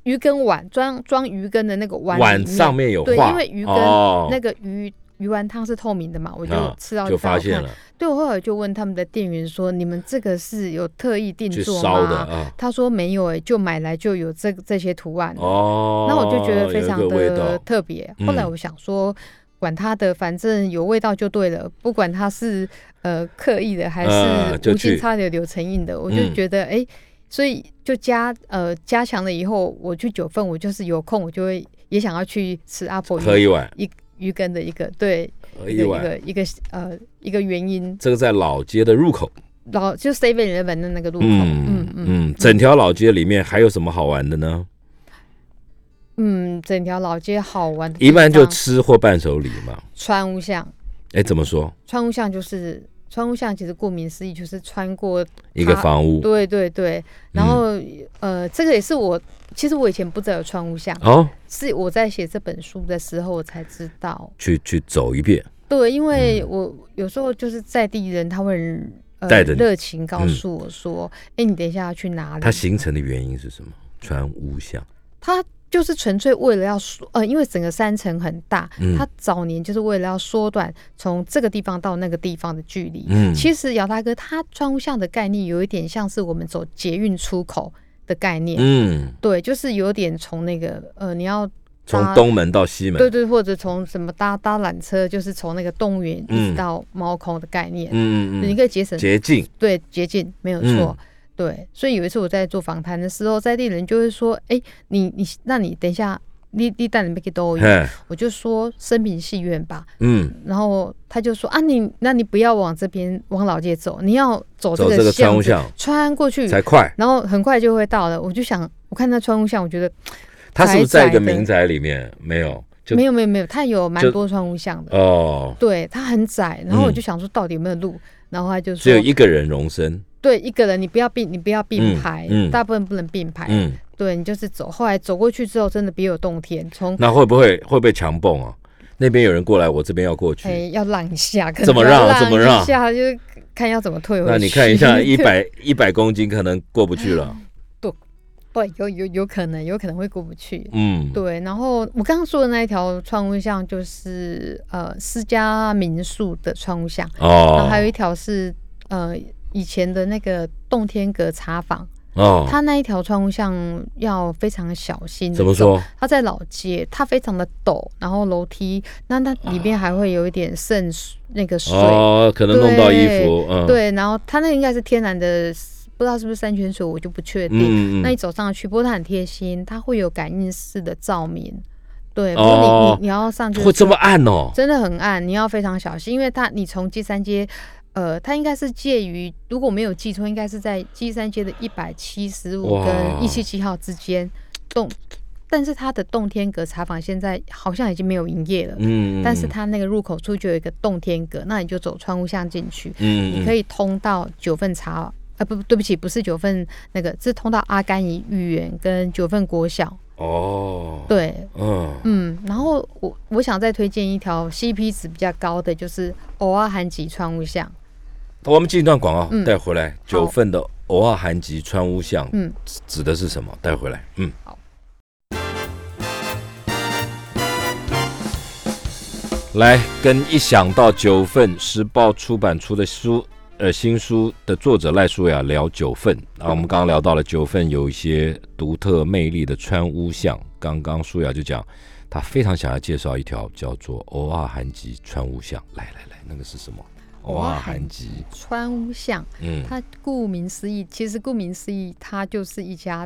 [SPEAKER 3] 鱼羹碗装装鱼羹的那个碗里
[SPEAKER 2] 碗
[SPEAKER 3] 面
[SPEAKER 2] 上面有
[SPEAKER 3] 对，
[SPEAKER 2] 画，
[SPEAKER 3] 因为鱼羹、
[SPEAKER 2] 哦
[SPEAKER 3] 那个鱼鱼丸汤是透明的嘛，我就
[SPEAKER 2] 啊
[SPEAKER 3] 吃到一
[SPEAKER 2] 就
[SPEAKER 3] 半
[SPEAKER 2] 发
[SPEAKER 3] 我
[SPEAKER 2] 现
[SPEAKER 3] 看
[SPEAKER 2] 了，
[SPEAKER 3] 对，我后来就问他们的店员说：“你们这个是有特意定
[SPEAKER 2] 去
[SPEAKER 3] 做
[SPEAKER 2] 烧的
[SPEAKER 3] 吗？”
[SPEAKER 2] 啊，
[SPEAKER 3] 他说：“没有、欸，就买来就有这这些图案。”
[SPEAKER 2] 哦，
[SPEAKER 3] 那我就觉得非常
[SPEAKER 2] 有一个味
[SPEAKER 3] 的
[SPEAKER 2] 道，
[SPEAKER 3] 特别。
[SPEAKER 2] 嗯
[SPEAKER 3] 后来我想说，管他的，反正有味道就对了，不管他是呃刻意的还
[SPEAKER 2] 啊
[SPEAKER 3] 是
[SPEAKER 2] 就
[SPEAKER 3] 无心
[SPEAKER 2] 去
[SPEAKER 3] 插柳柳成荫的，我就
[SPEAKER 2] 嗯
[SPEAKER 3] 觉得哎、诶所以就加呃加强了以后，我去九份，我就是有空我就会也想要去吃阿婆
[SPEAKER 2] 喝一
[SPEAKER 3] 鱼
[SPEAKER 2] 碗，
[SPEAKER 3] 鱼羹的一个对
[SPEAKER 2] 喝
[SPEAKER 3] 一
[SPEAKER 2] 一
[SPEAKER 3] 个
[SPEAKER 2] 碗，
[SPEAKER 3] 一个一个呃一个原因，
[SPEAKER 2] 这个在老街的入口，
[SPEAKER 3] 然后就 Seven Eleven 的那个路口，嗯
[SPEAKER 2] 嗯
[SPEAKER 3] 嗯
[SPEAKER 2] 嗯，整条老街里面还有什么好玩的呢？
[SPEAKER 3] 嗯，整条老街好玩的地
[SPEAKER 2] 一般就
[SPEAKER 3] 方
[SPEAKER 2] 吃或伴手礼嘛。
[SPEAKER 3] 川屋巷。
[SPEAKER 2] 哎，怎么说？
[SPEAKER 3] 穿屋巷就是穿屋巷，其实顾名思义就是穿过，
[SPEAKER 2] 一个
[SPEAKER 3] 它
[SPEAKER 2] 房屋
[SPEAKER 3] 对对
[SPEAKER 2] 嗯
[SPEAKER 3] 对。然后、呃，这个也是我，其实我以前不知道有穿屋巷，
[SPEAKER 2] 哦，
[SPEAKER 3] 是我在写这本书的时候我才知道。
[SPEAKER 2] 去去走一遍，
[SPEAKER 3] 对，因为我有时候就是在地人，他会很呃
[SPEAKER 2] 嗯带着你嗯
[SPEAKER 3] 热情告诉我说：“哎、你等一下要去哪里
[SPEAKER 2] 它？”形成的原因是什么？川屋巷，
[SPEAKER 3] 他就是纯粹为了要缩，呃，因为整个山城很大，
[SPEAKER 2] 嗯
[SPEAKER 3] 他早年就是为了要缩短从这个地方到那个地方的距离。
[SPEAKER 2] 嗯
[SPEAKER 3] 其实姚大哥他穿屋巷的概念有一点像是我们走捷运出口的概念，
[SPEAKER 2] 嗯，
[SPEAKER 3] 对，就是有点从那个呃，你要
[SPEAKER 2] 从
[SPEAKER 3] 搭
[SPEAKER 2] 东门到西门
[SPEAKER 3] 对，对，或者从什么搭搭缆车，就是从那个动物园一
[SPEAKER 2] 嗯
[SPEAKER 3] 直到猫空的概念，
[SPEAKER 2] 嗯
[SPEAKER 3] 你
[SPEAKER 2] 嗯
[SPEAKER 3] 可以节省
[SPEAKER 2] 嗯，捷径，
[SPEAKER 3] 对捷径没有错。对，所以有一次我在做访谈的时候，在地人就会说：“哎、你你，那你等一下，你你带你们去都有。
[SPEAKER 2] 嘿，”
[SPEAKER 3] 我就说：“生平戏院吧。”
[SPEAKER 2] 嗯，
[SPEAKER 3] 然后他就说啊你，那你不要往这边往老街走，你要走这
[SPEAKER 2] 走这个
[SPEAKER 3] 个
[SPEAKER 2] 川
[SPEAKER 3] 巷
[SPEAKER 2] 屋
[SPEAKER 3] 子
[SPEAKER 2] 巷
[SPEAKER 3] 穿过去，
[SPEAKER 2] 才快。
[SPEAKER 3] 然后很快就会到了。我就想，我看那川屋巷，我觉得
[SPEAKER 2] 它是不是在一个
[SPEAKER 3] 宅宅的
[SPEAKER 2] 民宅里面？没有，就
[SPEAKER 3] 没有没有没有，它有蛮
[SPEAKER 2] 就
[SPEAKER 3] 多川屋巷的，
[SPEAKER 2] 哦，
[SPEAKER 3] 对，它很窄。然后我
[SPEAKER 2] 嗯
[SPEAKER 3] 就想说，到底有没有路？然后他就
[SPEAKER 2] 只
[SPEAKER 3] 说
[SPEAKER 2] 有，一个人容身。
[SPEAKER 3] 对，一个人你不要并你不要并
[SPEAKER 2] 嗯
[SPEAKER 3] 排，
[SPEAKER 2] 嗯
[SPEAKER 3] 大部分不能并排，
[SPEAKER 2] 嗯，
[SPEAKER 3] 对你就是走。后来走过去之后，真的别有洞天，从
[SPEAKER 2] 那会不会会不会强蹦啊？那边有人过来，我这边要过去。
[SPEAKER 3] 哎要让一下，
[SPEAKER 2] 嗯
[SPEAKER 3] 可
[SPEAKER 2] 怎么
[SPEAKER 3] 能要
[SPEAKER 2] 让怎么
[SPEAKER 3] 一
[SPEAKER 2] 让
[SPEAKER 3] 下就是看要怎么 退回去。
[SPEAKER 2] 那你看一下，一
[SPEAKER 3] 对
[SPEAKER 2] 百一百公斤可能过不去了。
[SPEAKER 3] 不有有有可能有可能会过不去。
[SPEAKER 2] 嗯，
[SPEAKER 3] 对，然后我刚刚说的那一条串屋巷就是呃私家民宿的串屋巷，然
[SPEAKER 2] 哦
[SPEAKER 3] 后还有一条是呃以前的那个洞天阁茶坊，
[SPEAKER 2] 哦，
[SPEAKER 3] 它那一条串屋巷要非常小心。
[SPEAKER 2] 怎么？说？
[SPEAKER 3] 它在老街，它非常的陡，然后楼梯，那它里面还会有一点渗水那个水，
[SPEAKER 2] 啊哦，可能弄到衣服，嗯，，
[SPEAKER 3] 对，然后它那个应该是天然的，不知道是不是山泉水，我就不确定。
[SPEAKER 2] 嗯嗯
[SPEAKER 3] 那
[SPEAKER 2] 嗯，
[SPEAKER 3] 你走上去，不过它很贴心，它会有感应式的照明，对，不
[SPEAKER 2] 哦
[SPEAKER 3] 过你你你要上去的
[SPEAKER 2] 会这
[SPEAKER 3] 时候
[SPEAKER 2] 么暗哦？
[SPEAKER 3] 真的很暗，你要非常小心，因为它你从基山街，呃，它应该是介于，如果没有记错，应该是在基山街的一百七十五
[SPEAKER 2] 哇
[SPEAKER 3] 跟一七七号之间动，但是它的洞天阁茶坊现在好像已经没有营业了，
[SPEAKER 2] 嗯，
[SPEAKER 3] 但是它那个入口处就有一个洞天阁，那你就走川屋巷进去，
[SPEAKER 2] 嗯，
[SPEAKER 3] 你可
[SPEAKER 2] 以
[SPEAKER 3] 以通到九份茶，呃，不，对不起，不是九份那个，是通到阿甘怡御园跟九份国小。
[SPEAKER 2] 哦，，
[SPEAKER 3] 对，
[SPEAKER 2] 嗯，
[SPEAKER 3] 嗯，然后我我想再推荐一条 CP 值比较高的，就是偶尔韩吉川屋巷。
[SPEAKER 2] 我们进一段广告，
[SPEAKER 3] 嗯
[SPEAKER 2] 带回来九份的偶尔寒极川屋巷，
[SPEAKER 3] 嗯，
[SPEAKER 2] 指的是什么？带回来，嗯。
[SPEAKER 3] 好
[SPEAKER 2] 来，跟一想到九份时报出版出的书，呃，新书的作者赖舒雅聊九份。啊，我们刚刚聊到了九份有一些独特魅力的川屋巷。刚刚舒雅就讲，她非常想要介绍一条叫做“偶尔寒极川屋巷”。来来来，那个是什么？偶尔寒极，
[SPEAKER 3] 川屋巷，
[SPEAKER 2] 嗯，
[SPEAKER 3] 它顾名思义，其实顾名思义，它就是一家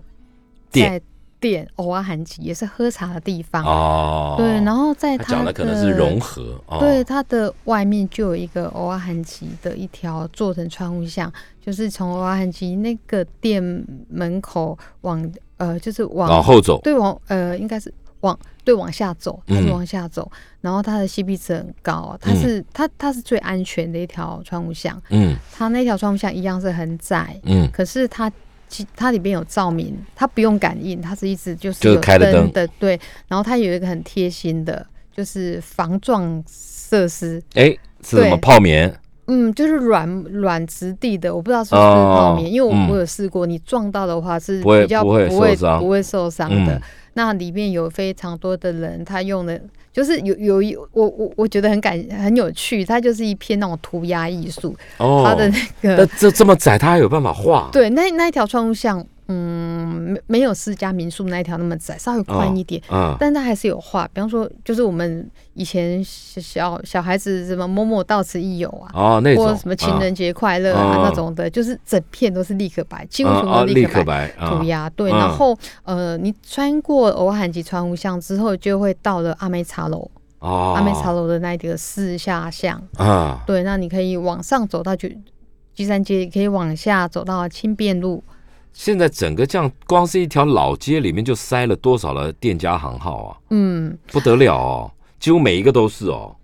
[SPEAKER 2] 店
[SPEAKER 3] 在店偶尔韩吉也是喝茶的地方。
[SPEAKER 2] 哦，
[SPEAKER 3] 对，然后在
[SPEAKER 2] 他
[SPEAKER 3] 它
[SPEAKER 2] 讲的可能是融合，哦、
[SPEAKER 3] 对，，它的外面就有一个欧阿韩吉的一条做成窗户巷，就是从欧阿韩吉那个店门口往呃，就是往、
[SPEAKER 2] 往后走，
[SPEAKER 3] 对往呃，应该是往对往下走，它是
[SPEAKER 2] 嗯
[SPEAKER 3] 往下走，然后它的 CP 值很高，它是、它它是最安全的一条窗户巷，
[SPEAKER 2] 嗯
[SPEAKER 3] 它那条窗户巷一样是很窄，
[SPEAKER 2] 嗯，
[SPEAKER 3] 可是它其它里边有照明，它不用感应，它是一直就是
[SPEAKER 2] 就是
[SPEAKER 3] 有
[SPEAKER 2] 开了灯
[SPEAKER 3] 的，对。然后它有一个很贴心的，就是防撞设施，
[SPEAKER 2] 哎，是什么
[SPEAKER 3] 对
[SPEAKER 2] 泡棉？
[SPEAKER 3] 嗯，就是软软质地的，我不知道是不是泡棉，
[SPEAKER 2] 哦
[SPEAKER 3] 因为我、
[SPEAKER 2] 嗯
[SPEAKER 3] 我有试过，你撞到的话是
[SPEAKER 2] 不会
[SPEAKER 3] 比较
[SPEAKER 2] 不会受伤
[SPEAKER 3] 不会受伤的。
[SPEAKER 2] 嗯
[SPEAKER 3] 那里面有非常多的人，他用的就是有有一我我我觉得很感很有趣，它就是一篇那种涂鸦艺术，
[SPEAKER 2] 哦
[SPEAKER 3] 它的那
[SPEAKER 2] 那
[SPEAKER 3] 个
[SPEAKER 2] 这这么窄，他还有办法画？
[SPEAKER 3] 对那那一条创路巷，嗯，没没有私家民宿那一条那么窄，稍微
[SPEAKER 2] 哦，
[SPEAKER 3] 宽一点。
[SPEAKER 2] 嗯，
[SPEAKER 3] 但他还是有画，比方说，就是我们以前小小小孩子什么某某到此一游啊，
[SPEAKER 2] 哦，那
[SPEAKER 3] 或
[SPEAKER 2] 种
[SPEAKER 3] 什么情人节快乐啊、
[SPEAKER 2] 嗯
[SPEAKER 3] 那种的，就是整片都是立可白，几乎
[SPEAKER 2] 啊
[SPEAKER 3] 全部
[SPEAKER 2] 啊
[SPEAKER 3] 都
[SPEAKER 2] 立
[SPEAKER 3] 立
[SPEAKER 2] 可
[SPEAKER 3] 可白。
[SPEAKER 2] 白啊
[SPEAKER 3] 涂鸦对，
[SPEAKER 2] 嗯
[SPEAKER 3] 然后呃，你穿过偶罕及川湖巷之后，就会到了阿美茶楼，
[SPEAKER 2] 哦，
[SPEAKER 3] 阿美茶楼的那一个四下巷。
[SPEAKER 2] 啊，
[SPEAKER 3] 对，那你可以往上走到居居三街，也可以往下走到轻便路。
[SPEAKER 2] 现在整个这样，光是一条老街里面就塞了多少的店家行号啊，
[SPEAKER 3] 嗯
[SPEAKER 2] 不得了哦，几乎每一个都是哦，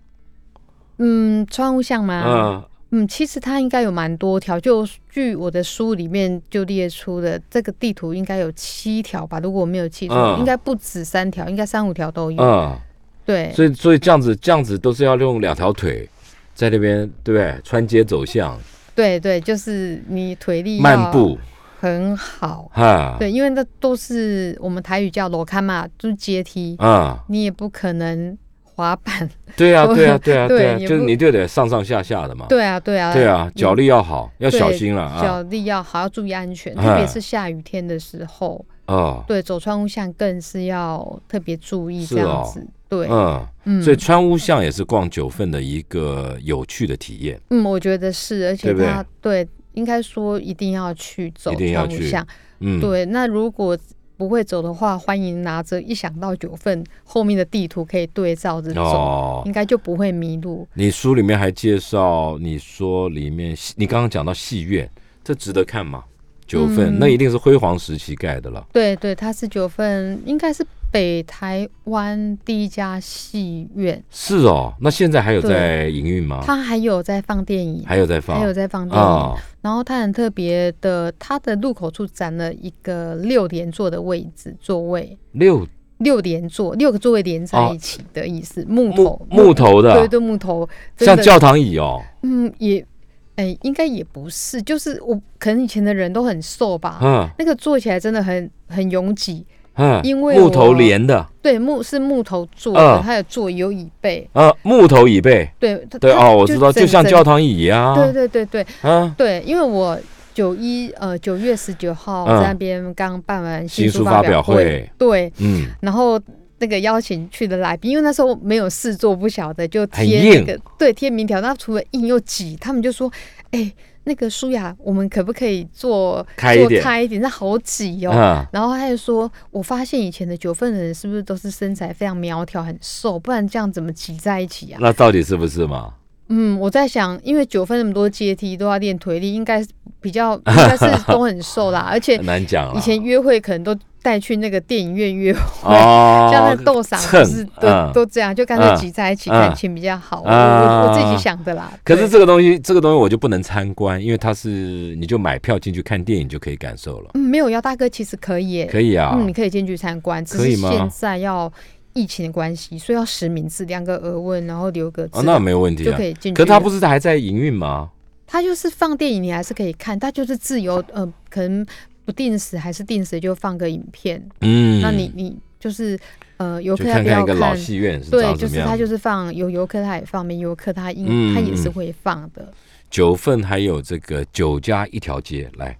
[SPEAKER 3] 嗯，川湖巷吗？
[SPEAKER 2] 嗯
[SPEAKER 3] 嗯，其实它应该有蛮多条，就据我的书里面就列出的这个地图应该有七条吧，如果我没有记错，
[SPEAKER 2] 嗯
[SPEAKER 3] 应该不止三条，应该三五条都有。
[SPEAKER 2] 嗯，
[SPEAKER 3] 对，
[SPEAKER 2] 所以所以这样子这样子都是要用两条腿在那边对不对？穿街走巷，
[SPEAKER 3] 对对，就是你腿力要
[SPEAKER 2] 漫步
[SPEAKER 3] 很好，
[SPEAKER 2] 哈，
[SPEAKER 3] 对，因为那都是我们台语叫楼坎嘛，就是阶梯，
[SPEAKER 2] 啊，
[SPEAKER 3] 你也不可能滑板，
[SPEAKER 2] 对啊对啊对啊
[SPEAKER 3] 对
[SPEAKER 2] 对啊，
[SPEAKER 3] 也
[SPEAKER 2] 就
[SPEAKER 3] 不
[SPEAKER 2] 是你就得上上下下的嘛，
[SPEAKER 3] 对啊，对啊，
[SPEAKER 2] 对啊，脚力要好，要
[SPEAKER 3] 要
[SPEAKER 2] 小心了啊，
[SPEAKER 3] 脚力要好，要注意安全，
[SPEAKER 2] 哎
[SPEAKER 3] 特别是下雨天的时候，
[SPEAKER 2] 哦，
[SPEAKER 3] 对，走穿屋巷更是要特别注意
[SPEAKER 2] 是
[SPEAKER 3] 这样
[SPEAKER 2] 哦
[SPEAKER 3] 子，对，
[SPEAKER 2] 嗯。
[SPEAKER 3] 嗯，
[SPEAKER 2] 所以川屋巷也是逛九份的一个有趣的体验。
[SPEAKER 3] 嗯，我觉得是，而且
[SPEAKER 2] 对不对
[SPEAKER 3] 他对应该说一定要去走
[SPEAKER 2] 一定要
[SPEAKER 3] 川
[SPEAKER 2] 去
[SPEAKER 3] 五巷。
[SPEAKER 2] 嗯，，
[SPEAKER 3] 对，那如果不会走的话，欢迎拿着一想到九份后面的地图可以对照着走，
[SPEAKER 2] 哦
[SPEAKER 3] 应，该就不会迷路。
[SPEAKER 2] 你书里面还介绍，你说里面你刚刚讲到戏院，这值得看吗？九份、
[SPEAKER 3] 嗯
[SPEAKER 2] 那一定是辉煌时期盖的了。
[SPEAKER 3] 对对，它是九份，应该是北台湾第一家戏院，
[SPEAKER 2] 是哦，那现在还有在营运吗？
[SPEAKER 3] 它还有在放电影。
[SPEAKER 2] 哦还有在放，
[SPEAKER 3] 还有在放电影，
[SPEAKER 2] 啊
[SPEAKER 3] 然后它很特别的，它的入口处展了一个六连座的位置座位，
[SPEAKER 2] 六
[SPEAKER 3] 六连座，六个座位连在一起的意思，木头
[SPEAKER 2] 木木头的啊
[SPEAKER 3] 对对木头，真
[SPEAKER 2] 像
[SPEAKER 3] 的
[SPEAKER 2] 教堂椅哦，
[SPEAKER 3] 嗯也，哎、应该也不是，就是我可能以前的人都很瘦吧，
[SPEAKER 2] 嗯
[SPEAKER 3] 那个坐起来真的很很拥挤，
[SPEAKER 2] 嗯，
[SPEAKER 3] 因为我
[SPEAKER 2] 木头连的，
[SPEAKER 3] 对木是木头做的，
[SPEAKER 2] 嗯
[SPEAKER 3] 它有座椅有椅背，
[SPEAKER 2] 呃，木头椅背，
[SPEAKER 3] 对它
[SPEAKER 2] 对
[SPEAKER 3] 它
[SPEAKER 2] 哦，我知道，就
[SPEAKER 3] 整
[SPEAKER 2] 像
[SPEAKER 3] 整
[SPEAKER 2] 教堂椅啊，
[SPEAKER 3] 对对对对
[SPEAKER 2] 啊，
[SPEAKER 3] 对，因为我九一呃九月十九号
[SPEAKER 2] 嗯
[SPEAKER 3] 在那边刚办完
[SPEAKER 2] 新书
[SPEAKER 3] 书
[SPEAKER 2] 发表
[SPEAKER 3] 表
[SPEAKER 2] 会
[SPEAKER 3] 对，
[SPEAKER 2] 嗯，
[SPEAKER 3] 然后那个邀请去的来宾，因为那时候没有事做，不晓得就
[SPEAKER 2] 很
[SPEAKER 3] 贴
[SPEAKER 2] 硬
[SPEAKER 3] 那个对贴名条，那除了硬又挤，他们就说：“哎、那个舒雅，我们可不可以做
[SPEAKER 2] 开一点
[SPEAKER 3] 做开一点？那好挤哦。
[SPEAKER 2] 啊
[SPEAKER 3] 然后他就说：“我发现以前的九份人是不是都是身材非常苗条、很瘦？不然这样怎么挤在一起啊
[SPEAKER 2] 那到底是不是嘛？？”
[SPEAKER 3] 嗯，我在想，因为九份那么多阶梯都要练腿力，应该是 比较应该是都很瘦啦，而且
[SPEAKER 2] 很难讲了。啊
[SPEAKER 3] 以前约会可能都带去那个电影院约会。
[SPEAKER 2] 哦，
[SPEAKER 3] 像那个豆嗓不是
[SPEAKER 2] 蹭
[SPEAKER 3] 都、
[SPEAKER 2] 嗯
[SPEAKER 3] 都这样，就干
[SPEAKER 2] 嗯
[SPEAKER 3] 脆挤在一起
[SPEAKER 2] 嗯
[SPEAKER 3] 感情比较好。
[SPEAKER 2] 啊
[SPEAKER 3] 我我我自己想的啦。
[SPEAKER 2] 可是
[SPEAKER 3] 对
[SPEAKER 2] 这个东西，这个东西我就不能参观，因为它是你就买票进去看电影就可以感受了，
[SPEAKER 3] 嗯，没有姚大哥其实可以耶，
[SPEAKER 2] 可以啊。
[SPEAKER 3] 嗯，你可以进去参观，只
[SPEAKER 2] 可以
[SPEAKER 3] 是
[SPEAKER 2] 吗
[SPEAKER 3] 现在要疫情的关系，所以要实名制，两个额温，然后留个字、
[SPEAKER 2] 哦，那没有问题
[SPEAKER 3] 就
[SPEAKER 2] 啊
[SPEAKER 3] 可。以进去。
[SPEAKER 2] 可它不，是还在营运吗？
[SPEAKER 3] 他就是放电影，你还是可以看，他就是自由，呃，可能不定时还是定时就放个影片，
[SPEAKER 2] 嗯，
[SPEAKER 3] 那你你就是呃游
[SPEAKER 2] 就
[SPEAKER 3] 客要
[SPEAKER 2] 看
[SPEAKER 3] 不
[SPEAKER 2] 看
[SPEAKER 3] 要
[SPEAKER 2] 一个老戏院是
[SPEAKER 3] 对，
[SPEAKER 2] 长什
[SPEAKER 3] 就
[SPEAKER 2] 么
[SPEAKER 3] 是他
[SPEAKER 2] 样
[SPEAKER 3] 就
[SPEAKER 2] 子。
[SPEAKER 3] 是放有游客他也放，没游客他应、
[SPEAKER 2] 嗯
[SPEAKER 3] 他也是
[SPEAKER 2] 嗯
[SPEAKER 3] 会放的。
[SPEAKER 2] 九份还有这个酒家一条街，来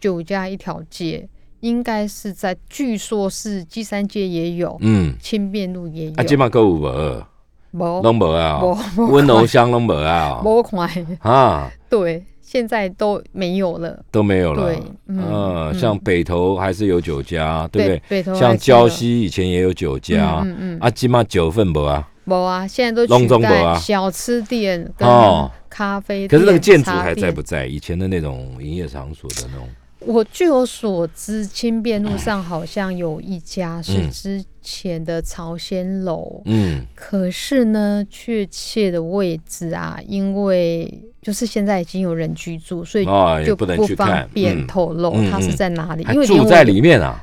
[SPEAKER 3] 酒家一条街，应该是在，据说是基山街也有，
[SPEAKER 2] 嗯，
[SPEAKER 3] 轻便路也有
[SPEAKER 2] 啊，，今嘛购物二
[SPEAKER 3] 无
[SPEAKER 2] 拢无啊，
[SPEAKER 3] 哦无
[SPEAKER 2] 温柔乡拢无啊，
[SPEAKER 3] 无看，
[SPEAKER 2] 啊
[SPEAKER 3] 对，现在都没有了，
[SPEAKER 2] 都没有了
[SPEAKER 3] 对。，嗯
[SPEAKER 2] 嗯，，像北投还是有酒家，对不
[SPEAKER 3] 对
[SPEAKER 2] 对？
[SPEAKER 3] 对头还是有，
[SPEAKER 2] 像礁溪以前也有酒家，
[SPEAKER 3] 嗯嗯嗯，
[SPEAKER 2] 啊，今嘛九份无啊。
[SPEAKER 3] 无啊，现在都
[SPEAKER 2] 拢
[SPEAKER 3] 取
[SPEAKER 2] 总没
[SPEAKER 3] 代
[SPEAKER 2] 啊
[SPEAKER 3] 小吃店跟
[SPEAKER 2] 哦
[SPEAKER 3] 咖啡店，
[SPEAKER 2] 可是那个建筑
[SPEAKER 3] 茶
[SPEAKER 2] 还在
[SPEAKER 3] 店
[SPEAKER 2] 不在？以前的那种营业场所的那种，
[SPEAKER 3] 我据我所知，轻便路上好像有一家是
[SPEAKER 2] 嗯
[SPEAKER 3] 之前的朝鲜楼，
[SPEAKER 2] 嗯，
[SPEAKER 3] 可是呢，确切的位置啊，因为就是现在已经有人居住，所以
[SPEAKER 2] 哦也
[SPEAKER 3] 就
[SPEAKER 2] 不能去看
[SPEAKER 3] 方便
[SPEAKER 2] 嗯
[SPEAKER 3] 透露
[SPEAKER 2] 嗯
[SPEAKER 3] 它是
[SPEAKER 2] 嗯
[SPEAKER 3] 在哪里，
[SPEAKER 2] 还
[SPEAKER 3] 因为连
[SPEAKER 2] 住
[SPEAKER 3] 我
[SPEAKER 2] 在里面啊？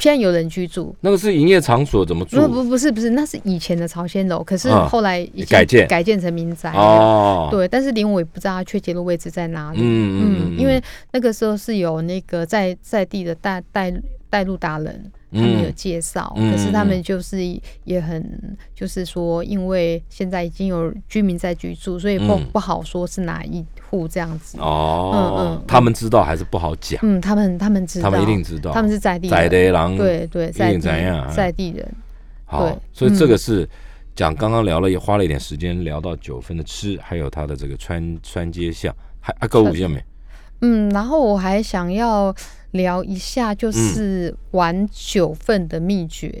[SPEAKER 3] 现在有人居住。
[SPEAKER 2] 那个是营业场所，怎么
[SPEAKER 3] 不不
[SPEAKER 2] 住？
[SPEAKER 3] 不是不是，那是以前的朝鲜楼，可是
[SPEAKER 2] 嗯
[SPEAKER 3] 后来已经
[SPEAKER 2] 改建
[SPEAKER 3] 改建成民宅了。
[SPEAKER 2] 哦，，
[SPEAKER 3] 对，但是连我也不知道它确切的位置在哪里。
[SPEAKER 2] 嗯
[SPEAKER 3] 嗯，因为那个时候是有那个在在地的代代带路达人，
[SPEAKER 2] 嗯
[SPEAKER 3] 他们有介绍，可是他们就是也很就是说，因为现在已经有居民在居住，所以不、
[SPEAKER 2] 嗯
[SPEAKER 3] 不好说是哪一户这样子。
[SPEAKER 2] 哦
[SPEAKER 3] 嗯嗯，
[SPEAKER 2] 他们知道还是不好讲，
[SPEAKER 3] 嗯，他们他们知道，
[SPEAKER 2] 他们一定知道，
[SPEAKER 3] 他们是在地人
[SPEAKER 2] 宅的狼，
[SPEAKER 3] 对对在
[SPEAKER 2] 定
[SPEAKER 3] 地
[SPEAKER 2] 怎样啊
[SPEAKER 3] 在地人，
[SPEAKER 2] 好
[SPEAKER 3] 对，嗯
[SPEAKER 2] 所以这个是讲刚刚聊了，也花了一点时间聊到九分的吃，还有它的这个穿穿街巷，还啊购物巷没？
[SPEAKER 3] 嗯，然后我还想要聊一下，
[SPEAKER 2] 嗯
[SPEAKER 3] 就是玩九份的秘诀。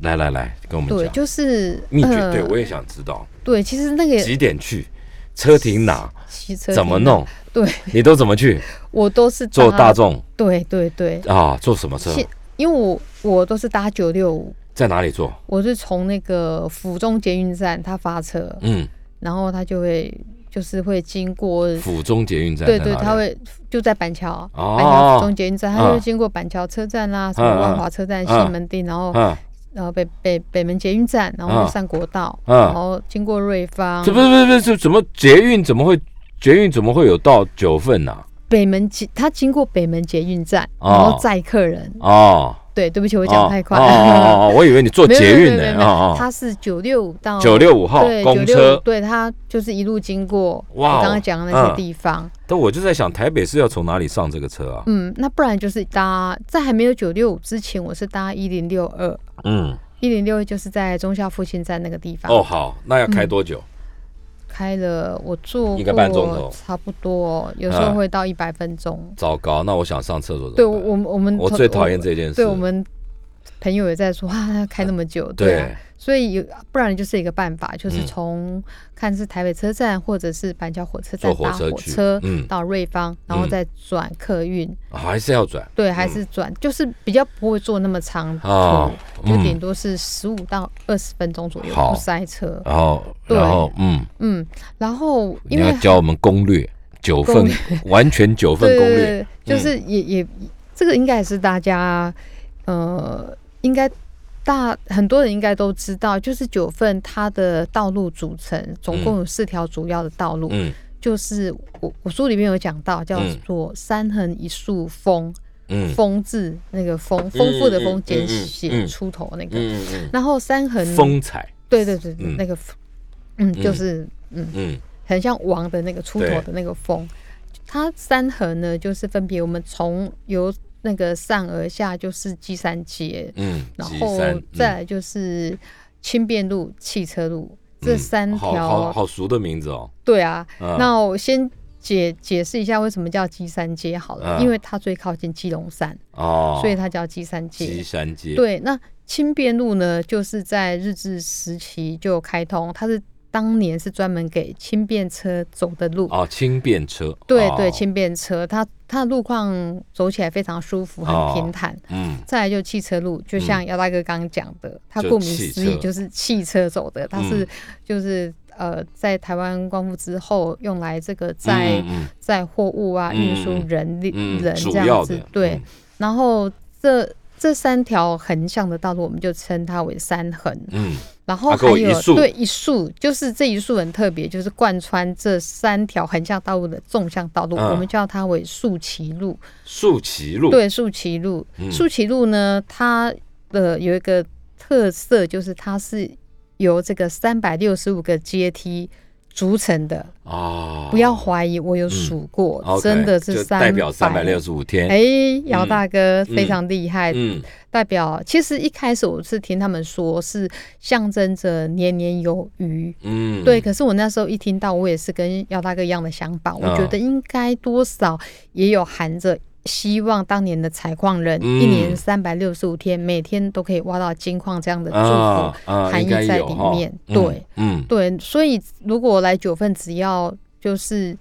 [SPEAKER 2] 来来来，跟我们
[SPEAKER 3] 对，
[SPEAKER 2] 讲
[SPEAKER 3] 就是
[SPEAKER 2] 秘诀，
[SPEAKER 3] 呃
[SPEAKER 2] 对我也想知道
[SPEAKER 3] 对，其实那个
[SPEAKER 2] 几点去，车停哪，
[SPEAKER 3] 骑车
[SPEAKER 2] 怎么
[SPEAKER 3] 地
[SPEAKER 2] 弄，
[SPEAKER 3] 对
[SPEAKER 2] 你都怎么去？
[SPEAKER 3] 我都是
[SPEAKER 2] 坐
[SPEAKER 3] 搭
[SPEAKER 2] 大，众
[SPEAKER 3] 对对对，
[SPEAKER 2] 啊，坐什么车？
[SPEAKER 3] 现因为我我都是搭九六五，
[SPEAKER 2] 在哪里坐？
[SPEAKER 3] 我是从那个府中捷运站他发车，
[SPEAKER 2] 嗯，
[SPEAKER 3] 然后他就会就是会经过，
[SPEAKER 2] 府中捷运站在
[SPEAKER 3] 对
[SPEAKER 2] 哪里。
[SPEAKER 3] 对，他会就在板桥，
[SPEAKER 2] 哦
[SPEAKER 3] 板桥府中捷运站，他
[SPEAKER 2] 嗯
[SPEAKER 3] 就经过板桥车站啦，什么
[SPEAKER 2] 嗯嗯
[SPEAKER 3] 万华车站、西
[SPEAKER 2] 嗯
[SPEAKER 3] 门町，然后
[SPEAKER 2] 啊，
[SPEAKER 3] 然后北北北门捷运站，然后
[SPEAKER 2] 嗯
[SPEAKER 3] 就上国道，
[SPEAKER 2] 嗯
[SPEAKER 3] 然后经过瑞芳
[SPEAKER 2] 这，不是不是不是这怎么捷运怎么会捷运怎么会有到九份呢？
[SPEAKER 3] 北门捷他经过北门捷运站，
[SPEAKER 2] 哦
[SPEAKER 3] 然后载客人，
[SPEAKER 2] 哦，
[SPEAKER 3] 对，对不起，我
[SPEAKER 2] 我
[SPEAKER 3] 讲太快
[SPEAKER 2] 哦哦哦
[SPEAKER 3] 了。
[SPEAKER 2] 哦，我以为你坐
[SPEAKER 3] 没 有
[SPEAKER 2] 捷
[SPEAKER 3] 没有
[SPEAKER 2] 运
[SPEAKER 3] 没有
[SPEAKER 2] 呢
[SPEAKER 3] 没有
[SPEAKER 2] 哦哦，
[SPEAKER 3] 他是九六五到
[SPEAKER 2] 九六五号
[SPEAKER 3] 对
[SPEAKER 2] 公
[SPEAKER 3] 965
[SPEAKER 2] 车。
[SPEAKER 3] 对他就是一路经过
[SPEAKER 2] 哇哦
[SPEAKER 3] 我刚刚讲的那些地方，
[SPEAKER 2] 但我就在想，台北市要从哪里上这个车啊？
[SPEAKER 3] 嗯那不然就是搭在还没有九六五之前，我是搭一零六二，
[SPEAKER 2] 嗯，
[SPEAKER 3] 一零六就是在中校复兴站那个地方，
[SPEAKER 2] 哦，好，那要开多久？
[SPEAKER 3] 开了我坐
[SPEAKER 2] 一个半钟头啊
[SPEAKER 3] 过差不多，有时候会到一百分钟。
[SPEAKER 2] 糟糕，那我想上厕所怎么办
[SPEAKER 3] 对，我我们我们
[SPEAKER 2] 我最讨厌这件事。
[SPEAKER 3] 对我们朋友也在说啊，开那么久，对啊
[SPEAKER 2] 对，
[SPEAKER 3] 所以有不然就是一个办法，就是
[SPEAKER 2] 嗯
[SPEAKER 3] 从看是台北车站或者是板桥火车
[SPEAKER 2] 坐
[SPEAKER 3] 站
[SPEAKER 2] 火
[SPEAKER 3] 搭
[SPEAKER 2] 车
[SPEAKER 3] 火
[SPEAKER 2] 去
[SPEAKER 3] 车
[SPEAKER 2] 嗯
[SPEAKER 3] 到瑞芳，然后
[SPEAKER 2] 嗯
[SPEAKER 3] 再转客运，
[SPEAKER 2] 还是要转
[SPEAKER 3] 对，还是转，就是比较不会坐那么长途，
[SPEAKER 2] 嗯啊，
[SPEAKER 3] 就顶
[SPEAKER 2] 嗯，
[SPEAKER 3] 多是十五到二十分钟左右，
[SPEAKER 2] 好
[SPEAKER 3] 不塞车。
[SPEAKER 2] 然后
[SPEAKER 3] 对
[SPEAKER 2] 然后嗯，
[SPEAKER 3] 嗯，然后
[SPEAKER 2] 你
[SPEAKER 3] 因为
[SPEAKER 2] 要教我们攻略，九
[SPEAKER 3] 攻
[SPEAKER 2] 份 完全九份嗯
[SPEAKER 3] 对
[SPEAKER 2] 攻
[SPEAKER 3] 对
[SPEAKER 2] 略，
[SPEAKER 3] 对，就是也也这个应该也是大家呃，应该大很多人应该都知道，就是九份它的道路组成总共有四条主要的道路，
[SPEAKER 2] 嗯
[SPEAKER 3] 就是我我书里面有讲到叫
[SPEAKER 2] 嗯
[SPEAKER 3] 做三横一竖丰，
[SPEAKER 2] 嗯
[SPEAKER 3] 丰字那个丰丰富的
[SPEAKER 2] 嗯嗯
[SPEAKER 3] 丰
[SPEAKER 2] 嗯
[SPEAKER 3] 简
[SPEAKER 2] 嗯
[SPEAKER 3] 写
[SPEAKER 2] 嗯
[SPEAKER 3] 出头那个，
[SPEAKER 2] 嗯嗯
[SPEAKER 3] 然后三横
[SPEAKER 2] 嗯，风采，
[SPEAKER 3] 对对对
[SPEAKER 2] 嗯
[SPEAKER 3] 那个嗯
[SPEAKER 2] 嗯
[SPEAKER 3] 就是嗯
[SPEAKER 2] 嗯
[SPEAKER 3] 很像王的那个出头
[SPEAKER 2] 对
[SPEAKER 3] 的那个风。它三横呢，就是分别我们从由那个上而下就是基山街，
[SPEAKER 2] 嗯，
[SPEAKER 3] 然
[SPEAKER 2] 吉
[SPEAKER 3] 后
[SPEAKER 2] 山嗯
[SPEAKER 3] 再来就是轻便路、汽车路
[SPEAKER 2] 嗯
[SPEAKER 3] 这三
[SPEAKER 2] 好好
[SPEAKER 3] 条。
[SPEAKER 2] 好熟的名字哦，
[SPEAKER 3] 对啊，
[SPEAKER 2] 嗯
[SPEAKER 3] 那我先解解释一下为什么叫基山街好了，
[SPEAKER 2] 嗯
[SPEAKER 3] 因为它最靠近基隆山，
[SPEAKER 2] 哦，
[SPEAKER 3] 所以它叫基山
[SPEAKER 2] 吉
[SPEAKER 3] 街。
[SPEAKER 2] 山街，
[SPEAKER 3] 对，那轻便路呢，就是在日治时期就开通，它是当年是专门给轻便车走的路。
[SPEAKER 2] 哦，轻便车，
[SPEAKER 3] 对
[SPEAKER 2] 哦
[SPEAKER 3] 对，，轻便车，它它的路况走起来非常舒服，
[SPEAKER 2] 哦
[SPEAKER 3] 很平坦。
[SPEAKER 2] 嗯
[SPEAKER 3] 再来就汽车路，就像姚大哥刚刚讲的，它顾名
[SPEAKER 2] 就
[SPEAKER 3] 思
[SPEAKER 2] 汽
[SPEAKER 3] 义
[SPEAKER 2] 车
[SPEAKER 3] 就是汽车走的，它是
[SPEAKER 2] 嗯
[SPEAKER 3] 就是呃，在台湾光复之后用来这个载
[SPEAKER 2] 嗯嗯
[SPEAKER 3] 载货物啊，
[SPEAKER 2] 嗯
[SPEAKER 3] 运输人力
[SPEAKER 2] 嗯
[SPEAKER 3] 人
[SPEAKER 2] 主
[SPEAKER 3] 这
[SPEAKER 2] 要
[SPEAKER 3] 样子
[SPEAKER 2] 的，
[SPEAKER 3] 对
[SPEAKER 2] 嗯。
[SPEAKER 3] 然后这这三条横向的道路，我们就称它为三横。
[SPEAKER 2] 嗯，
[SPEAKER 3] 然后
[SPEAKER 2] 啊
[SPEAKER 3] 还
[SPEAKER 2] 各位
[SPEAKER 3] 有
[SPEAKER 2] 一束
[SPEAKER 3] 对一束，就是这一束很特别，就是贯穿这三条横向道路的纵向道路，
[SPEAKER 2] 嗯
[SPEAKER 3] 我们叫它为竖旗路。
[SPEAKER 2] 树旗路，
[SPEAKER 3] 对，竖旗路，
[SPEAKER 2] 嗯
[SPEAKER 3] 竖旗路呢，它的有一个特色就是它是由这个三百六十五个阶梯。组成的，
[SPEAKER 2] 哦，
[SPEAKER 3] 不要怀疑，我有数过，
[SPEAKER 2] OK，
[SPEAKER 3] 真的是
[SPEAKER 2] 就
[SPEAKER 3] 三
[SPEAKER 2] 代表三百六。十五天，
[SPEAKER 3] 哎，姚大哥非常厉害，
[SPEAKER 2] 嗯
[SPEAKER 3] 代表其实一开始我是听他们说是象征着年年有余，
[SPEAKER 2] 嗯，
[SPEAKER 3] 对，，可是我那时候一听到，我也是跟姚大哥一样的想法，我
[SPEAKER 2] 啊
[SPEAKER 3] 觉得应该多少也有含着希望当年的采矿人、
[SPEAKER 2] 嗯
[SPEAKER 3] 一年三百六十五天，每天都可以挖到金矿这样的祝福、
[SPEAKER 2] 啊啊，
[SPEAKER 3] 含
[SPEAKER 2] 应
[SPEAKER 3] 义
[SPEAKER 2] 该
[SPEAKER 3] 在
[SPEAKER 2] 有
[SPEAKER 3] 里
[SPEAKER 2] 哈
[SPEAKER 3] 面。
[SPEAKER 2] 嗯
[SPEAKER 3] 对
[SPEAKER 2] 嗯
[SPEAKER 3] 对，所以如果来九份，只要就是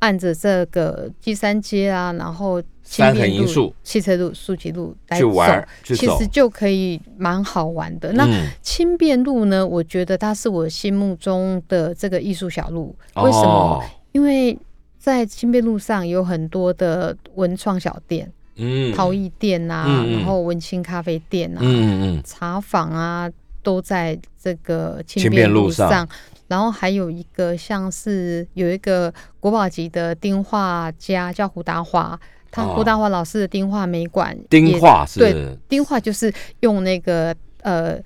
[SPEAKER 3] 按着这个第三街啊，然后轻
[SPEAKER 2] 三横
[SPEAKER 3] 便
[SPEAKER 2] 一
[SPEAKER 3] 路
[SPEAKER 2] 竖、
[SPEAKER 3] 汽车路、竖旗路来
[SPEAKER 2] 去
[SPEAKER 3] 走，
[SPEAKER 2] 玩儿去
[SPEAKER 3] 其
[SPEAKER 2] 走
[SPEAKER 3] 实就可以蛮好玩的。那
[SPEAKER 2] 嗯
[SPEAKER 3] 轻便路呢？我觉得它是我心目中的这个艺术小路。
[SPEAKER 2] 哦
[SPEAKER 3] 为什么？因为在轻便路上有很多的文创小店，
[SPEAKER 2] 嗯，
[SPEAKER 3] 陶艺店啊，
[SPEAKER 2] 嗯嗯
[SPEAKER 3] 然后文青咖啡店啊，
[SPEAKER 2] 嗯嗯嗯，
[SPEAKER 3] 茶坊啊，都在这个
[SPEAKER 2] 轻
[SPEAKER 3] 轻
[SPEAKER 2] 便
[SPEAKER 3] 便
[SPEAKER 2] 路
[SPEAKER 3] 路
[SPEAKER 2] 上
[SPEAKER 3] 上。然后还有一个像是有一个国宝级的丁画家叫胡达华，他
[SPEAKER 2] 哦
[SPEAKER 3] 胡达华老师的丁画美馆也，
[SPEAKER 2] 丁画
[SPEAKER 3] 对
[SPEAKER 2] 是，
[SPEAKER 3] 丁画就是用那个呃，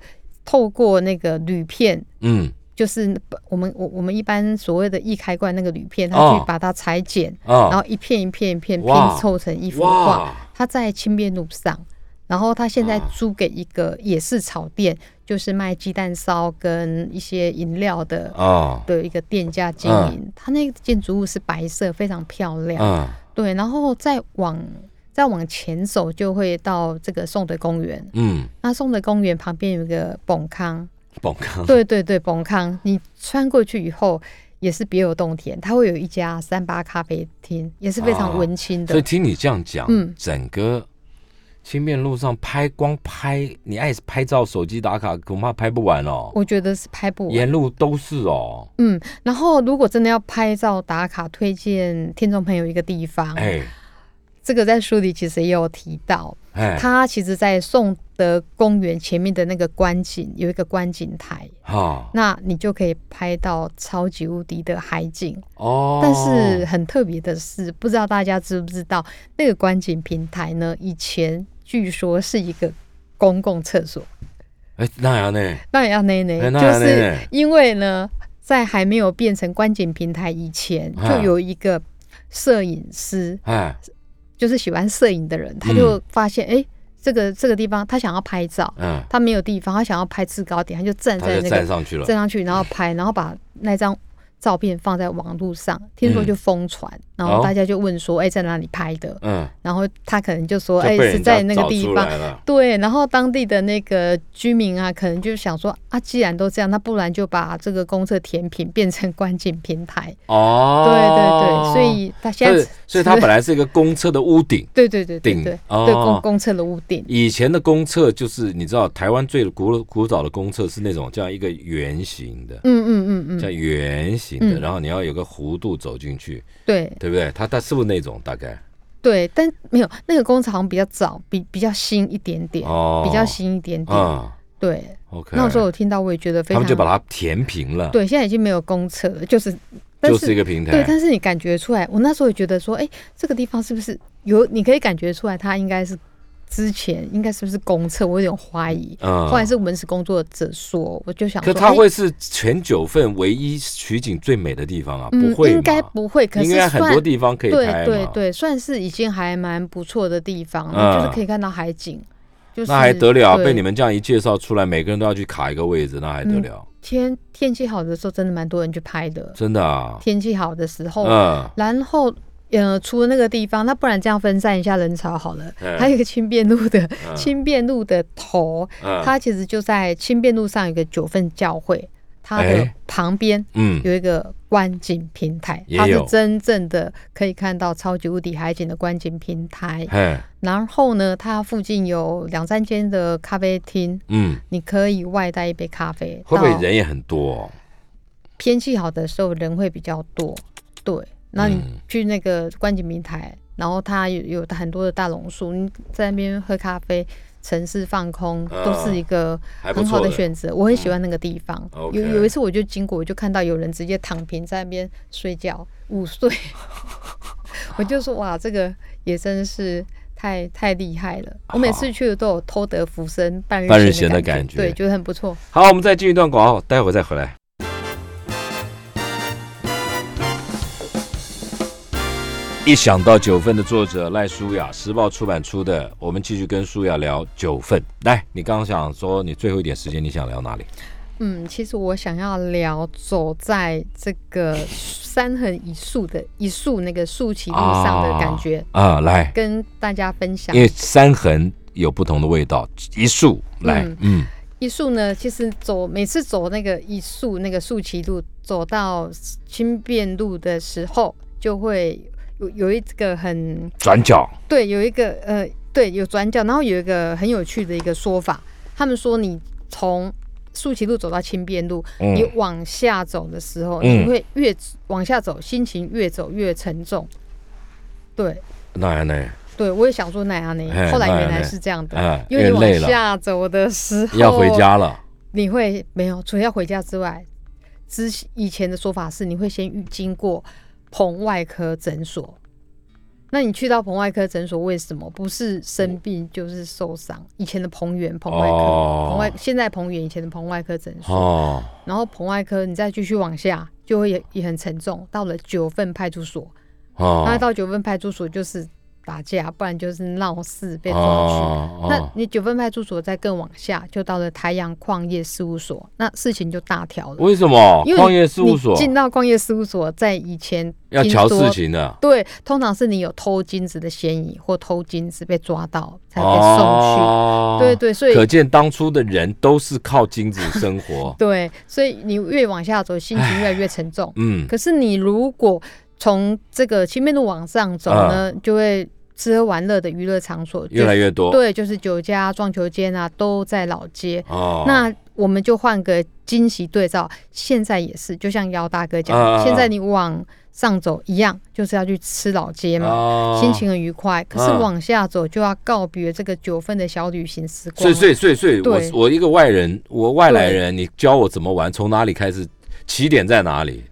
[SPEAKER 3] 透过那个铝片。
[SPEAKER 2] 嗯
[SPEAKER 3] 就是我们我我们一般所谓的易开罐那个铝片，他
[SPEAKER 2] 哦
[SPEAKER 3] 去把它裁剪，然
[SPEAKER 2] 啊
[SPEAKER 3] 后一片一片一片拼
[SPEAKER 2] 哇
[SPEAKER 3] 凑成一幅画。
[SPEAKER 2] 哇
[SPEAKER 3] 他在清边路上，然后他现在租给一个也是草店，就是卖鸡蛋烧跟一些饮料的
[SPEAKER 2] 啊
[SPEAKER 3] 的一个店家经营。他那个建筑物是白色，非常漂亮。
[SPEAKER 2] 嗯
[SPEAKER 3] 对，然后再往再往前走，就会到这个宋德公园。
[SPEAKER 2] 嗯，
[SPEAKER 3] 那宋德公园旁边有一个崩康，
[SPEAKER 2] 蹦康
[SPEAKER 3] 对对对，崩康，你穿过去以后。也是别有洞天，它会有一家三八咖啡厅，也是非常
[SPEAKER 2] 哦
[SPEAKER 3] 文青的。
[SPEAKER 2] 所以听你这样讲，
[SPEAKER 3] 嗯
[SPEAKER 2] 整个轻便路上拍光拍，你爱拍照、手机打卡，恐怕拍不完哦。
[SPEAKER 3] 我觉得是拍不完。
[SPEAKER 2] 沿路都是哦，
[SPEAKER 3] 嗯，然后如果真的要拍照打卡，推荐听众朋友一个地方，
[SPEAKER 2] 哎
[SPEAKER 3] 这个在书里其实也有提到，
[SPEAKER 2] 哎，
[SPEAKER 3] 它其实，在宋德公园前面的那个观景有一个观景台，
[SPEAKER 2] 哈
[SPEAKER 3] 那你就可以拍到超级无敌的海景。
[SPEAKER 2] 哦，
[SPEAKER 3] 但是很特别的是，不知道大家知不知道，那个观景平台呢，以前据说是一个公共厕所。
[SPEAKER 2] 哎那样呢，
[SPEAKER 3] 那也要内内
[SPEAKER 2] 哎，那
[SPEAKER 3] 就
[SPEAKER 2] 要内
[SPEAKER 3] 是
[SPEAKER 2] 内
[SPEAKER 3] 因为呢，在还没有变成观景平台以前，
[SPEAKER 2] 啊
[SPEAKER 3] 就有一个摄影师，
[SPEAKER 2] 哎
[SPEAKER 3] 就是喜欢摄影的人，他就发现，哎、这个这个地方他想要拍照，
[SPEAKER 2] 嗯，
[SPEAKER 3] 他没有地方，他想要拍制高点，他就站
[SPEAKER 2] 他
[SPEAKER 3] 在
[SPEAKER 2] 就
[SPEAKER 3] 那
[SPEAKER 2] 站
[SPEAKER 3] 个
[SPEAKER 2] 上去了，
[SPEAKER 3] 站上去，然后拍，然后把那张。照片放在网络上，听说
[SPEAKER 2] 嗯
[SPEAKER 3] 就疯传，然后大家就问说：“哎、在哪里拍的
[SPEAKER 2] 嗯，？”
[SPEAKER 3] 然后他可能就说：“
[SPEAKER 2] 就
[SPEAKER 3] 哎、
[SPEAKER 2] 被人
[SPEAKER 3] 是
[SPEAKER 2] 家
[SPEAKER 3] 在那个
[SPEAKER 2] 找
[SPEAKER 3] 地
[SPEAKER 2] 出
[SPEAKER 3] 方。”
[SPEAKER 2] 来了，
[SPEAKER 3] 对，然后当地的那个居民啊，可能就想说啊，既然都这样，那不然就把这个公厕甜品变成观景平台。
[SPEAKER 2] 哦，
[SPEAKER 3] 对对对，所以他现
[SPEAKER 2] 所
[SPEAKER 3] 在
[SPEAKER 2] 以所以它
[SPEAKER 3] 是
[SPEAKER 2] 本来是一个公厕的屋顶。
[SPEAKER 3] 对对对对
[SPEAKER 2] 顶
[SPEAKER 3] 对、
[SPEAKER 2] 哦
[SPEAKER 3] 对公公厕的屋顶，
[SPEAKER 2] 以前的公厕就是你知道，台湾最古古早的公厕是那种这样一个圆形的，
[SPEAKER 3] 嗯嗯嗯
[SPEAKER 2] 叫
[SPEAKER 3] 嗯，
[SPEAKER 2] 圆形的，
[SPEAKER 3] 嗯
[SPEAKER 2] 然后你要有个弧度走进去，
[SPEAKER 3] 对
[SPEAKER 2] 对不对？它它是不是那种大概？
[SPEAKER 3] 对，但没有那个公厕好像比较早，比比较新一点点，
[SPEAKER 2] 哦，
[SPEAKER 3] 比较新一点点。
[SPEAKER 2] 啊、
[SPEAKER 3] 对，
[SPEAKER 2] o k
[SPEAKER 3] 那时候我听到我也觉得非
[SPEAKER 2] 他
[SPEAKER 3] 常，
[SPEAKER 2] 们就把它填平了，，
[SPEAKER 3] 对，现在已经没有公厕了，就是但
[SPEAKER 2] 就是是一个平
[SPEAKER 3] 对，
[SPEAKER 2] 台，
[SPEAKER 3] 但是你感觉出来，我那时候也觉得说，哎、这个地方是不是有？你可以感觉出来，它应该是之前应该是不是公厕？我有点怀疑。
[SPEAKER 2] 嗯
[SPEAKER 3] 后来是文史工作者说，我就想
[SPEAKER 2] 可
[SPEAKER 3] 说，
[SPEAKER 2] 它
[SPEAKER 3] 哎
[SPEAKER 2] 会是全九份唯一取景最美的地方啊？
[SPEAKER 3] 嗯
[SPEAKER 2] 不，会嘛
[SPEAKER 3] 应该不会，可是
[SPEAKER 2] 应该很
[SPEAKER 3] 算
[SPEAKER 2] 多地方可以
[SPEAKER 3] 对
[SPEAKER 2] 拍嘛。
[SPEAKER 3] 对对，算是已经还蛮不错的地方了，
[SPEAKER 2] 嗯
[SPEAKER 3] 就是可以看到海景。就是
[SPEAKER 2] 那还得了、啊？
[SPEAKER 3] 对
[SPEAKER 2] 被你们这样一介绍出来，每个人都要去卡一个位置，那还得
[SPEAKER 3] 嗯
[SPEAKER 2] 了？
[SPEAKER 3] 天天气好的时候，真的蛮多人去拍的。
[SPEAKER 2] 真的啊，
[SPEAKER 3] 天气好的时候，
[SPEAKER 2] 嗯，
[SPEAKER 3] 然后。呃，除了那个地方，那不然这样分散一下人潮好了。
[SPEAKER 2] 嗯
[SPEAKER 3] 还有一个轻便路的，
[SPEAKER 2] 嗯
[SPEAKER 3] 轻便路的头，
[SPEAKER 2] 嗯
[SPEAKER 3] 它其实就在轻便路上有一个九份教会，它的
[SPEAKER 2] 哎
[SPEAKER 3] 旁边
[SPEAKER 2] 嗯
[SPEAKER 3] 有一个观景平台，
[SPEAKER 2] 也
[SPEAKER 3] 它是
[SPEAKER 2] 有
[SPEAKER 3] 真正的可以看到超级无敌海景的观景平台。
[SPEAKER 2] 嘿，
[SPEAKER 3] 然后呢，它附近有两三间的咖啡厅，
[SPEAKER 2] 嗯，
[SPEAKER 3] 你可以外带一杯咖啡。
[SPEAKER 2] 会不会
[SPEAKER 3] 到
[SPEAKER 2] 人也很多、哦？
[SPEAKER 3] 天气好的时候人会比较多，对。那
[SPEAKER 2] 嗯
[SPEAKER 3] 你去那个观景平台，然后它有有很多的大榕树，你在那边喝咖啡、城市放空，
[SPEAKER 2] 啊
[SPEAKER 3] 都是一个
[SPEAKER 2] 还不
[SPEAKER 3] 很好
[SPEAKER 2] 错
[SPEAKER 3] 的
[SPEAKER 2] 的嗯
[SPEAKER 3] 选择。我很喜欢那个地方。
[SPEAKER 2] OK
[SPEAKER 3] 有有一次我就经过，我就看到有人直接躺平在那边睡觉午睡， 我就说哇，这个也真是。太太厉害了！我每次去都有偷得浮生半日
[SPEAKER 2] 半日
[SPEAKER 3] 闲
[SPEAKER 2] 闲的
[SPEAKER 3] 感
[SPEAKER 2] 感觉
[SPEAKER 3] 对，觉得很不错。
[SPEAKER 2] 好，我们再进一段广告，待会儿再回来。一想到九份的作者赖舒雅，时报出版出的，我们继续跟舒雅聊九份。来，你刚刚想说你最后一点时间，你想聊哪里？
[SPEAKER 3] 嗯，其实我想要聊走在这 个三横一竖的一竖那个竖起路上的感觉，
[SPEAKER 2] 啊，来，
[SPEAKER 3] 跟大家分享
[SPEAKER 2] 因。为三横有不同的味道，一竖来，嗯
[SPEAKER 3] 一竖呢，其实走每次走那个一竖那个竖起路，走到轻便路的时候，就会有有一个很
[SPEAKER 2] 转角，
[SPEAKER 3] 对，有一个呃，对，有转角，然后有一个很有趣的一个说法，他们说你从树崎路走到清边路，
[SPEAKER 2] 嗯
[SPEAKER 3] 你往下走的时候，
[SPEAKER 2] 嗯
[SPEAKER 3] 你会越往下走，心情越走越沉重。对，
[SPEAKER 2] 那样呢？
[SPEAKER 3] 对我也想说那样呢
[SPEAKER 2] 嘿，
[SPEAKER 3] 后来
[SPEAKER 2] 那样
[SPEAKER 3] 原来
[SPEAKER 2] 呢
[SPEAKER 3] 是这样的，
[SPEAKER 2] 哎，
[SPEAKER 3] 因为
[SPEAKER 2] 越
[SPEAKER 3] 你
[SPEAKER 2] 累
[SPEAKER 3] 往
[SPEAKER 2] 了，
[SPEAKER 3] 下走的时候
[SPEAKER 2] 要回，家了，
[SPEAKER 3] 你会没有，除了要回家之外，之以前的说法是，你会先预经过棚外科诊所。那你去到棚外科诊所，为什么不是生病就是受伤？以前的棚员、棚外科、
[SPEAKER 2] 哦
[SPEAKER 3] 棚外，现在棚员以前的棚外科诊所，
[SPEAKER 2] 哦，
[SPEAKER 3] 然后棚外科你再继续往下，就会也也很沉重。到了九份派出所，那
[SPEAKER 2] 哦，
[SPEAKER 3] 到九份派出所就是打架，不然就是闹事被抓去。
[SPEAKER 2] 哦，
[SPEAKER 3] 那
[SPEAKER 2] 哦
[SPEAKER 3] 你九份派出所再更往下，就到了台阳矿业事务所，那事情就大条了。
[SPEAKER 2] 为什么
[SPEAKER 3] 因为
[SPEAKER 2] 矿业事务所
[SPEAKER 3] 你进到矿业事务所，在以前
[SPEAKER 2] 要
[SPEAKER 3] 听
[SPEAKER 2] 瞧
[SPEAKER 3] 说
[SPEAKER 2] 事，情的？
[SPEAKER 3] 对，通常是你有偷金子的嫌疑或偷金子被抓到才被送去。
[SPEAKER 2] 哦，
[SPEAKER 3] 对对，所以。
[SPEAKER 2] 可见当初的人都是靠金子生活
[SPEAKER 3] 对，所以你越往下走，心情越来越沉重。
[SPEAKER 2] 嗯，
[SPEAKER 3] 可是你如果从这个青面路往上走呢，就会吃喝玩乐的娱乐场所
[SPEAKER 2] 啊越来
[SPEAKER 3] 越
[SPEAKER 2] 越多。
[SPEAKER 3] 对，就是酒家、撞球间啊，都在老街。
[SPEAKER 2] 哦，
[SPEAKER 3] 那我们就换个惊喜对照，现在也是，就像姚大哥讲，
[SPEAKER 2] 啊啊啊
[SPEAKER 3] 的，现在你往上走一样，就是要去吃老街嘛，
[SPEAKER 2] 哦
[SPEAKER 3] 心情很愉快。可是
[SPEAKER 2] 啊
[SPEAKER 3] 往下走就要告别这个九份的小旅行时光
[SPEAKER 2] 所以，
[SPEAKER 3] 了，
[SPEAKER 2] 所以，所以，所以，我
[SPEAKER 3] 对
[SPEAKER 2] 我一个外人，我外来人，你教我怎么玩，从哪里开始，起点在哪里，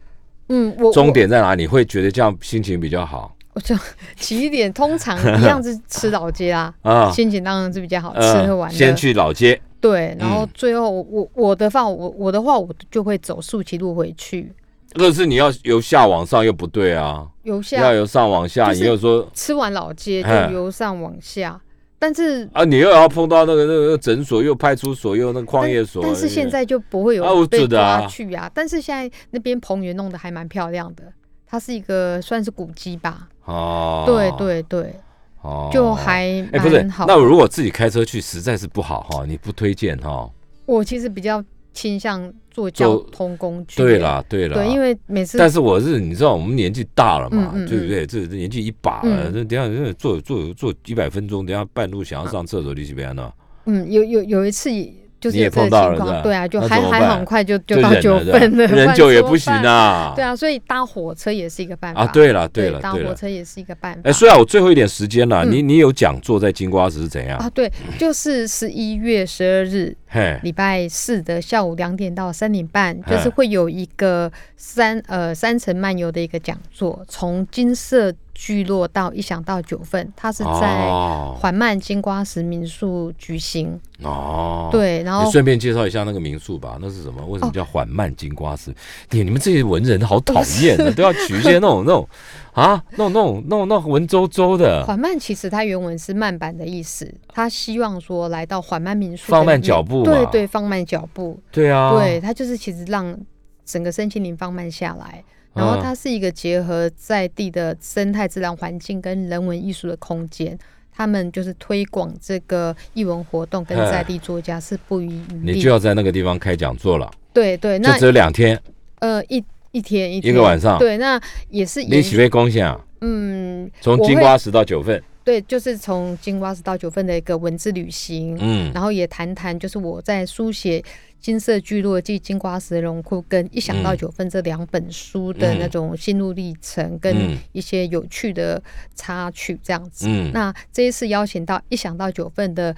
[SPEAKER 3] 嗯，我
[SPEAKER 2] 终点在哪里，会觉得这样心情比较好。
[SPEAKER 3] 我就起点通常一样是吃老街啊
[SPEAKER 2] 啊。
[SPEAKER 3] 心情当然是比较好，吃
[SPEAKER 2] 呃
[SPEAKER 3] 喝玩乐。
[SPEAKER 2] 先去老街
[SPEAKER 3] 对，然后
[SPEAKER 2] 嗯
[SPEAKER 3] 最后我我我的话，我我的话，我就会走竖旗路回去。
[SPEAKER 2] 可是你要由下往上又不对啊，
[SPEAKER 3] 由下
[SPEAKER 2] 要由上往下，
[SPEAKER 3] 就是
[SPEAKER 2] 你又说
[SPEAKER 3] 吃完老街就
[SPEAKER 2] 哎
[SPEAKER 3] 由上往下，但是
[SPEAKER 2] 啊，你又要碰到那个那个诊所，又派出所，又那个矿业所。
[SPEAKER 3] 但，但是现在就不会
[SPEAKER 2] 啊我
[SPEAKER 3] 有
[SPEAKER 2] 知
[SPEAKER 3] 被
[SPEAKER 2] 道啊
[SPEAKER 3] 抓去啊。但是现在那边彭园弄得还蛮漂亮的，它是一个算是古迹吧。
[SPEAKER 2] 哦，
[SPEAKER 3] 对，对对，
[SPEAKER 2] 哦，
[SPEAKER 3] 就还
[SPEAKER 2] 哎，不是
[SPEAKER 3] 蛮好。，
[SPEAKER 2] 那我如果自己开车去，实在是不好哈，你不推荐哈。
[SPEAKER 3] 我其实比较倾向坐交
[SPEAKER 2] 坐
[SPEAKER 3] 通工具。
[SPEAKER 2] 对，啦，对啦，
[SPEAKER 3] 对，因为每次
[SPEAKER 2] 但是我是，你知道我们年纪大了嘛，
[SPEAKER 3] 嗯嗯
[SPEAKER 2] 对不对？这这年纪一把了，
[SPEAKER 3] 嗯
[SPEAKER 2] 这、等一下这坐坐坐几百分钟，等一下半路想要上厕所，你这边呢？
[SPEAKER 3] 嗯，有有有一次也就是
[SPEAKER 2] 你也
[SPEAKER 3] 有这个
[SPEAKER 2] 碰到了
[SPEAKER 3] 情
[SPEAKER 2] 是
[SPEAKER 3] 况，
[SPEAKER 2] 吧
[SPEAKER 3] 对啊，就
[SPEAKER 2] 那
[SPEAKER 3] 还
[SPEAKER 2] 怎么
[SPEAKER 3] 还
[SPEAKER 2] 办
[SPEAKER 3] 好，很快就
[SPEAKER 2] 就
[SPEAKER 3] 就到
[SPEAKER 2] 忍
[SPEAKER 3] 九
[SPEAKER 2] 了
[SPEAKER 3] 分 了，
[SPEAKER 2] 忍
[SPEAKER 3] 不
[SPEAKER 2] 久
[SPEAKER 3] 然
[SPEAKER 2] 也
[SPEAKER 3] 怎
[SPEAKER 2] 不
[SPEAKER 3] 么
[SPEAKER 2] 行
[SPEAKER 3] 办。
[SPEAKER 2] 啊。
[SPEAKER 3] 对啊，所以搭火车也是一个办法
[SPEAKER 2] 啊，对了，对了，
[SPEAKER 3] 搭
[SPEAKER 2] 对
[SPEAKER 3] 火
[SPEAKER 2] 了。
[SPEAKER 3] 车也是一个办法
[SPEAKER 2] 哎，。虽然我最后一点时间了，啊
[SPEAKER 3] 嗯
[SPEAKER 2] 你你有讲座在金瓜石是怎样？
[SPEAKER 3] 啊，对，就是十一月十二日
[SPEAKER 2] 嘿，
[SPEAKER 3] 礼拜四的下午两点到三点半，
[SPEAKER 2] 哎
[SPEAKER 3] 就是会有一个三呃三层漫游的一个讲座，从金色聚落到一想到九份，它是在
[SPEAKER 2] 哦
[SPEAKER 3] 缓慢金瓜石民宿举行。
[SPEAKER 2] 哦，。
[SPEAKER 3] 对，然
[SPEAKER 2] 你
[SPEAKER 3] 后哦
[SPEAKER 2] 顺便介绍一下那个民宿吧，那是什么？为什么叫缓慢金瓜石？你你们这些文人好讨厌啊 的，都要取一些那种那种啊，那种那种那种那种文绉绉的，
[SPEAKER 3] 缓慢其实它原文是慢板的意思，他希望说来到缓慢民宿的
[SPEAKER 2] 放慢
[SPEAKER 3] 领域
[SPEAKER 2] 脚步嘛
[SPEAKER 3] 对对，放慢脚步，
[SPEAKER 2] 对啊，
[SPEAKER 3] 对，它就是其实让整个身心灵放慢下来。然后
[SPEAKER 2] 嗯
[SPEAKER 3] 它是一个结合在地的生态自然环境跟人文艺术的空间，他们就是推广这个艺文活动跟
[SPEAKER 2] 哎
[SPEAKER 3] 在地作家是不遗余
[SPEAKER 2] 你
[SPEAKER 3] 力
[SPEAKER 2] 就。要在那个地方开讲座了，
[SPEAKER 3] 对对，
[SPEAKER 2] 就
[SPEAKER 3] 那
[SPEAKER 2] 只有两天，
[SPEAKER 3] 呃一一天一
[SPEAKER 2] 一
[SPEAKER 3] 天
[SPEAKER 2] 个晚上
[SPEAKER 3] 对，那也是
[SPEAKER 2] 你
[SPEAKER 3] 延
[SPEAKER 2] 起
[SPEAKER 3] 续
[SPEAKER 2] 飞贡献啊，
[SPEAKER 3] 嗯，
[SPEAKER 2] 从
[SPEAKER 3] 我
[SPEAKER 2] 金
[SPEAKER 3] 会
[SPEAKER 2] 瓜石到九份，
[SPEAKER 3] 对，就是从金瓜石到九份的一个文字旅行，
[SPEAKER 2] 嗯，
[SPEAKER 3] 然后也谈谈就是我在书写《金色聚落记》《金瓜石荣库》跟《一想到
[SPEAKER 2] 嗯
[SPEAKER 3] 九份》这两本书的那种心路历程，
[SPEAKER 2] 嗯
[SPEAKER 3] 跟一些有趣的插曲这样子。
[SPEAKER 2] 嗯
[SPEAKER 3] 那这一次邀请到《一想到九份》的，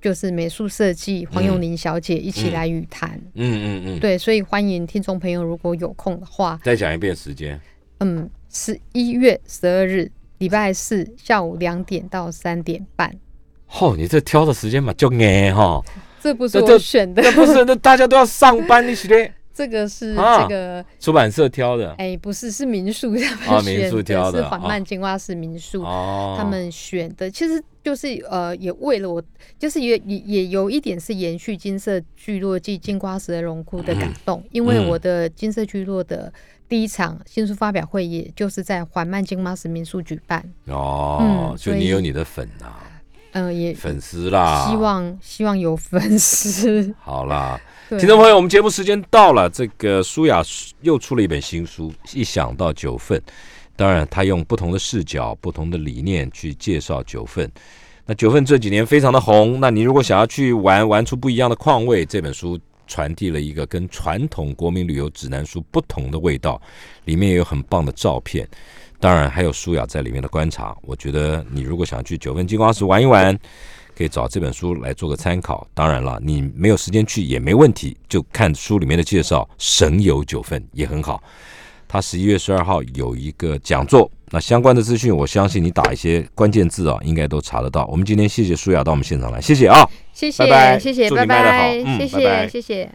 [SPEAKER 3] 就是美术设计黄永玲小姐一起来语谈。
[SPEAKER 2] 嗯嗯嗯嗯，
[SPEAKER 3] 对，所以欢迎听众朋友，如果有空的话，
[SPEAKER 2] 再讲一遍时间，
[SPEAKER 3] 嗯，十一月十二日礼拜四下午两点到三点半，
[SPEAKER 2] 哦，你这挑的时间嘛就硬哈，
[SPEAKER 3] 这不是
[SPEAKER 2] 这
[SPEAKER 3] 我
[SPEAKER 2] 这
[SPEAKER 3] 选的，
[SPEAKER 2] 那不是那大家都要上班，你起飞
[SPEAKER 3] 这个是
[SPEAKER 2] 啊
[SPEAKER 3] 这个，
[SPEAKER 2] 出版社挑的
[SPEAKER 3] 哎、不是，是民宿他
[SPEAKER 2] 啊
[SPEAKER 3] 们选的，
[SPEAKER 2] 民宿挑的
[SPEAKER 3] 是缓慢金瓜石民宿、
[SPEAKER 2] 哦，
[SPEAKER 3] 他们选的，其实就是呃，也为了我，就是也也也有一点是延续金色聚落记金瓜石的荣枯的感
[SPEAKER 2] 嗯
[SPEAKER 3] 动，因为我的金色聚落的第一场新书发表会，也就是在缓慢金瓜石民宿举办，
[SPEAKER 2] 哦，
[SPEAKER 3] 嗯
[SPEAKER 2] 就
[SPEAKER 3] 所以
[SPEAKER 2] 你有你的粉呐、
[SPEAKER 3] 嗯、也希
[SPEAKER 2] 粉丝啦，
[SPEAKER 3] 望希望有粉丝，
[SPEAKER 2] 好啦，
[SPEAKER 3] 对
[SPEAKER 2] 听众朋友，我们节目时间到了。这个舒雅又出了一本新书，一想到九份，当然他用不同的视角、不同的理念去介绍九份。那九份这几年非常的红，那你如果想要去玩，玩出不一样的况味，这本书传递了一个跟传统国民旅游指南书不同的味道，里面也有很棒的照片，当然还有舒雅在里面的观察。我觉得你如果想去九份金瓜石玩一玩，可以找这本书来做个参考。当然了，你没有时间去也没问题，就看书里面的介绍，神游九份也很好。他十一月十二号有一个讲座，那相关的资讯，我相信你打一些关键字啊，应该都查得到。我们今天谢谢舒雅到我们现场来，谢谢啊。
[SPEAKER 3] 谢谢
[SPEAKER 2] 拜拜
[SPEAKER 3] 谢谢，
[SPEAKER 2] 祝
[SPEAKER 3] 拜
[SPEAKER 2] 你卖得好
[SPEAKER 3] 拜，
[SPEAKER 2] 嗯
[SPEAKER 3] 谢
[SPEAKER 2] 拜拜
[SPEAKER 3] 谢谢谢。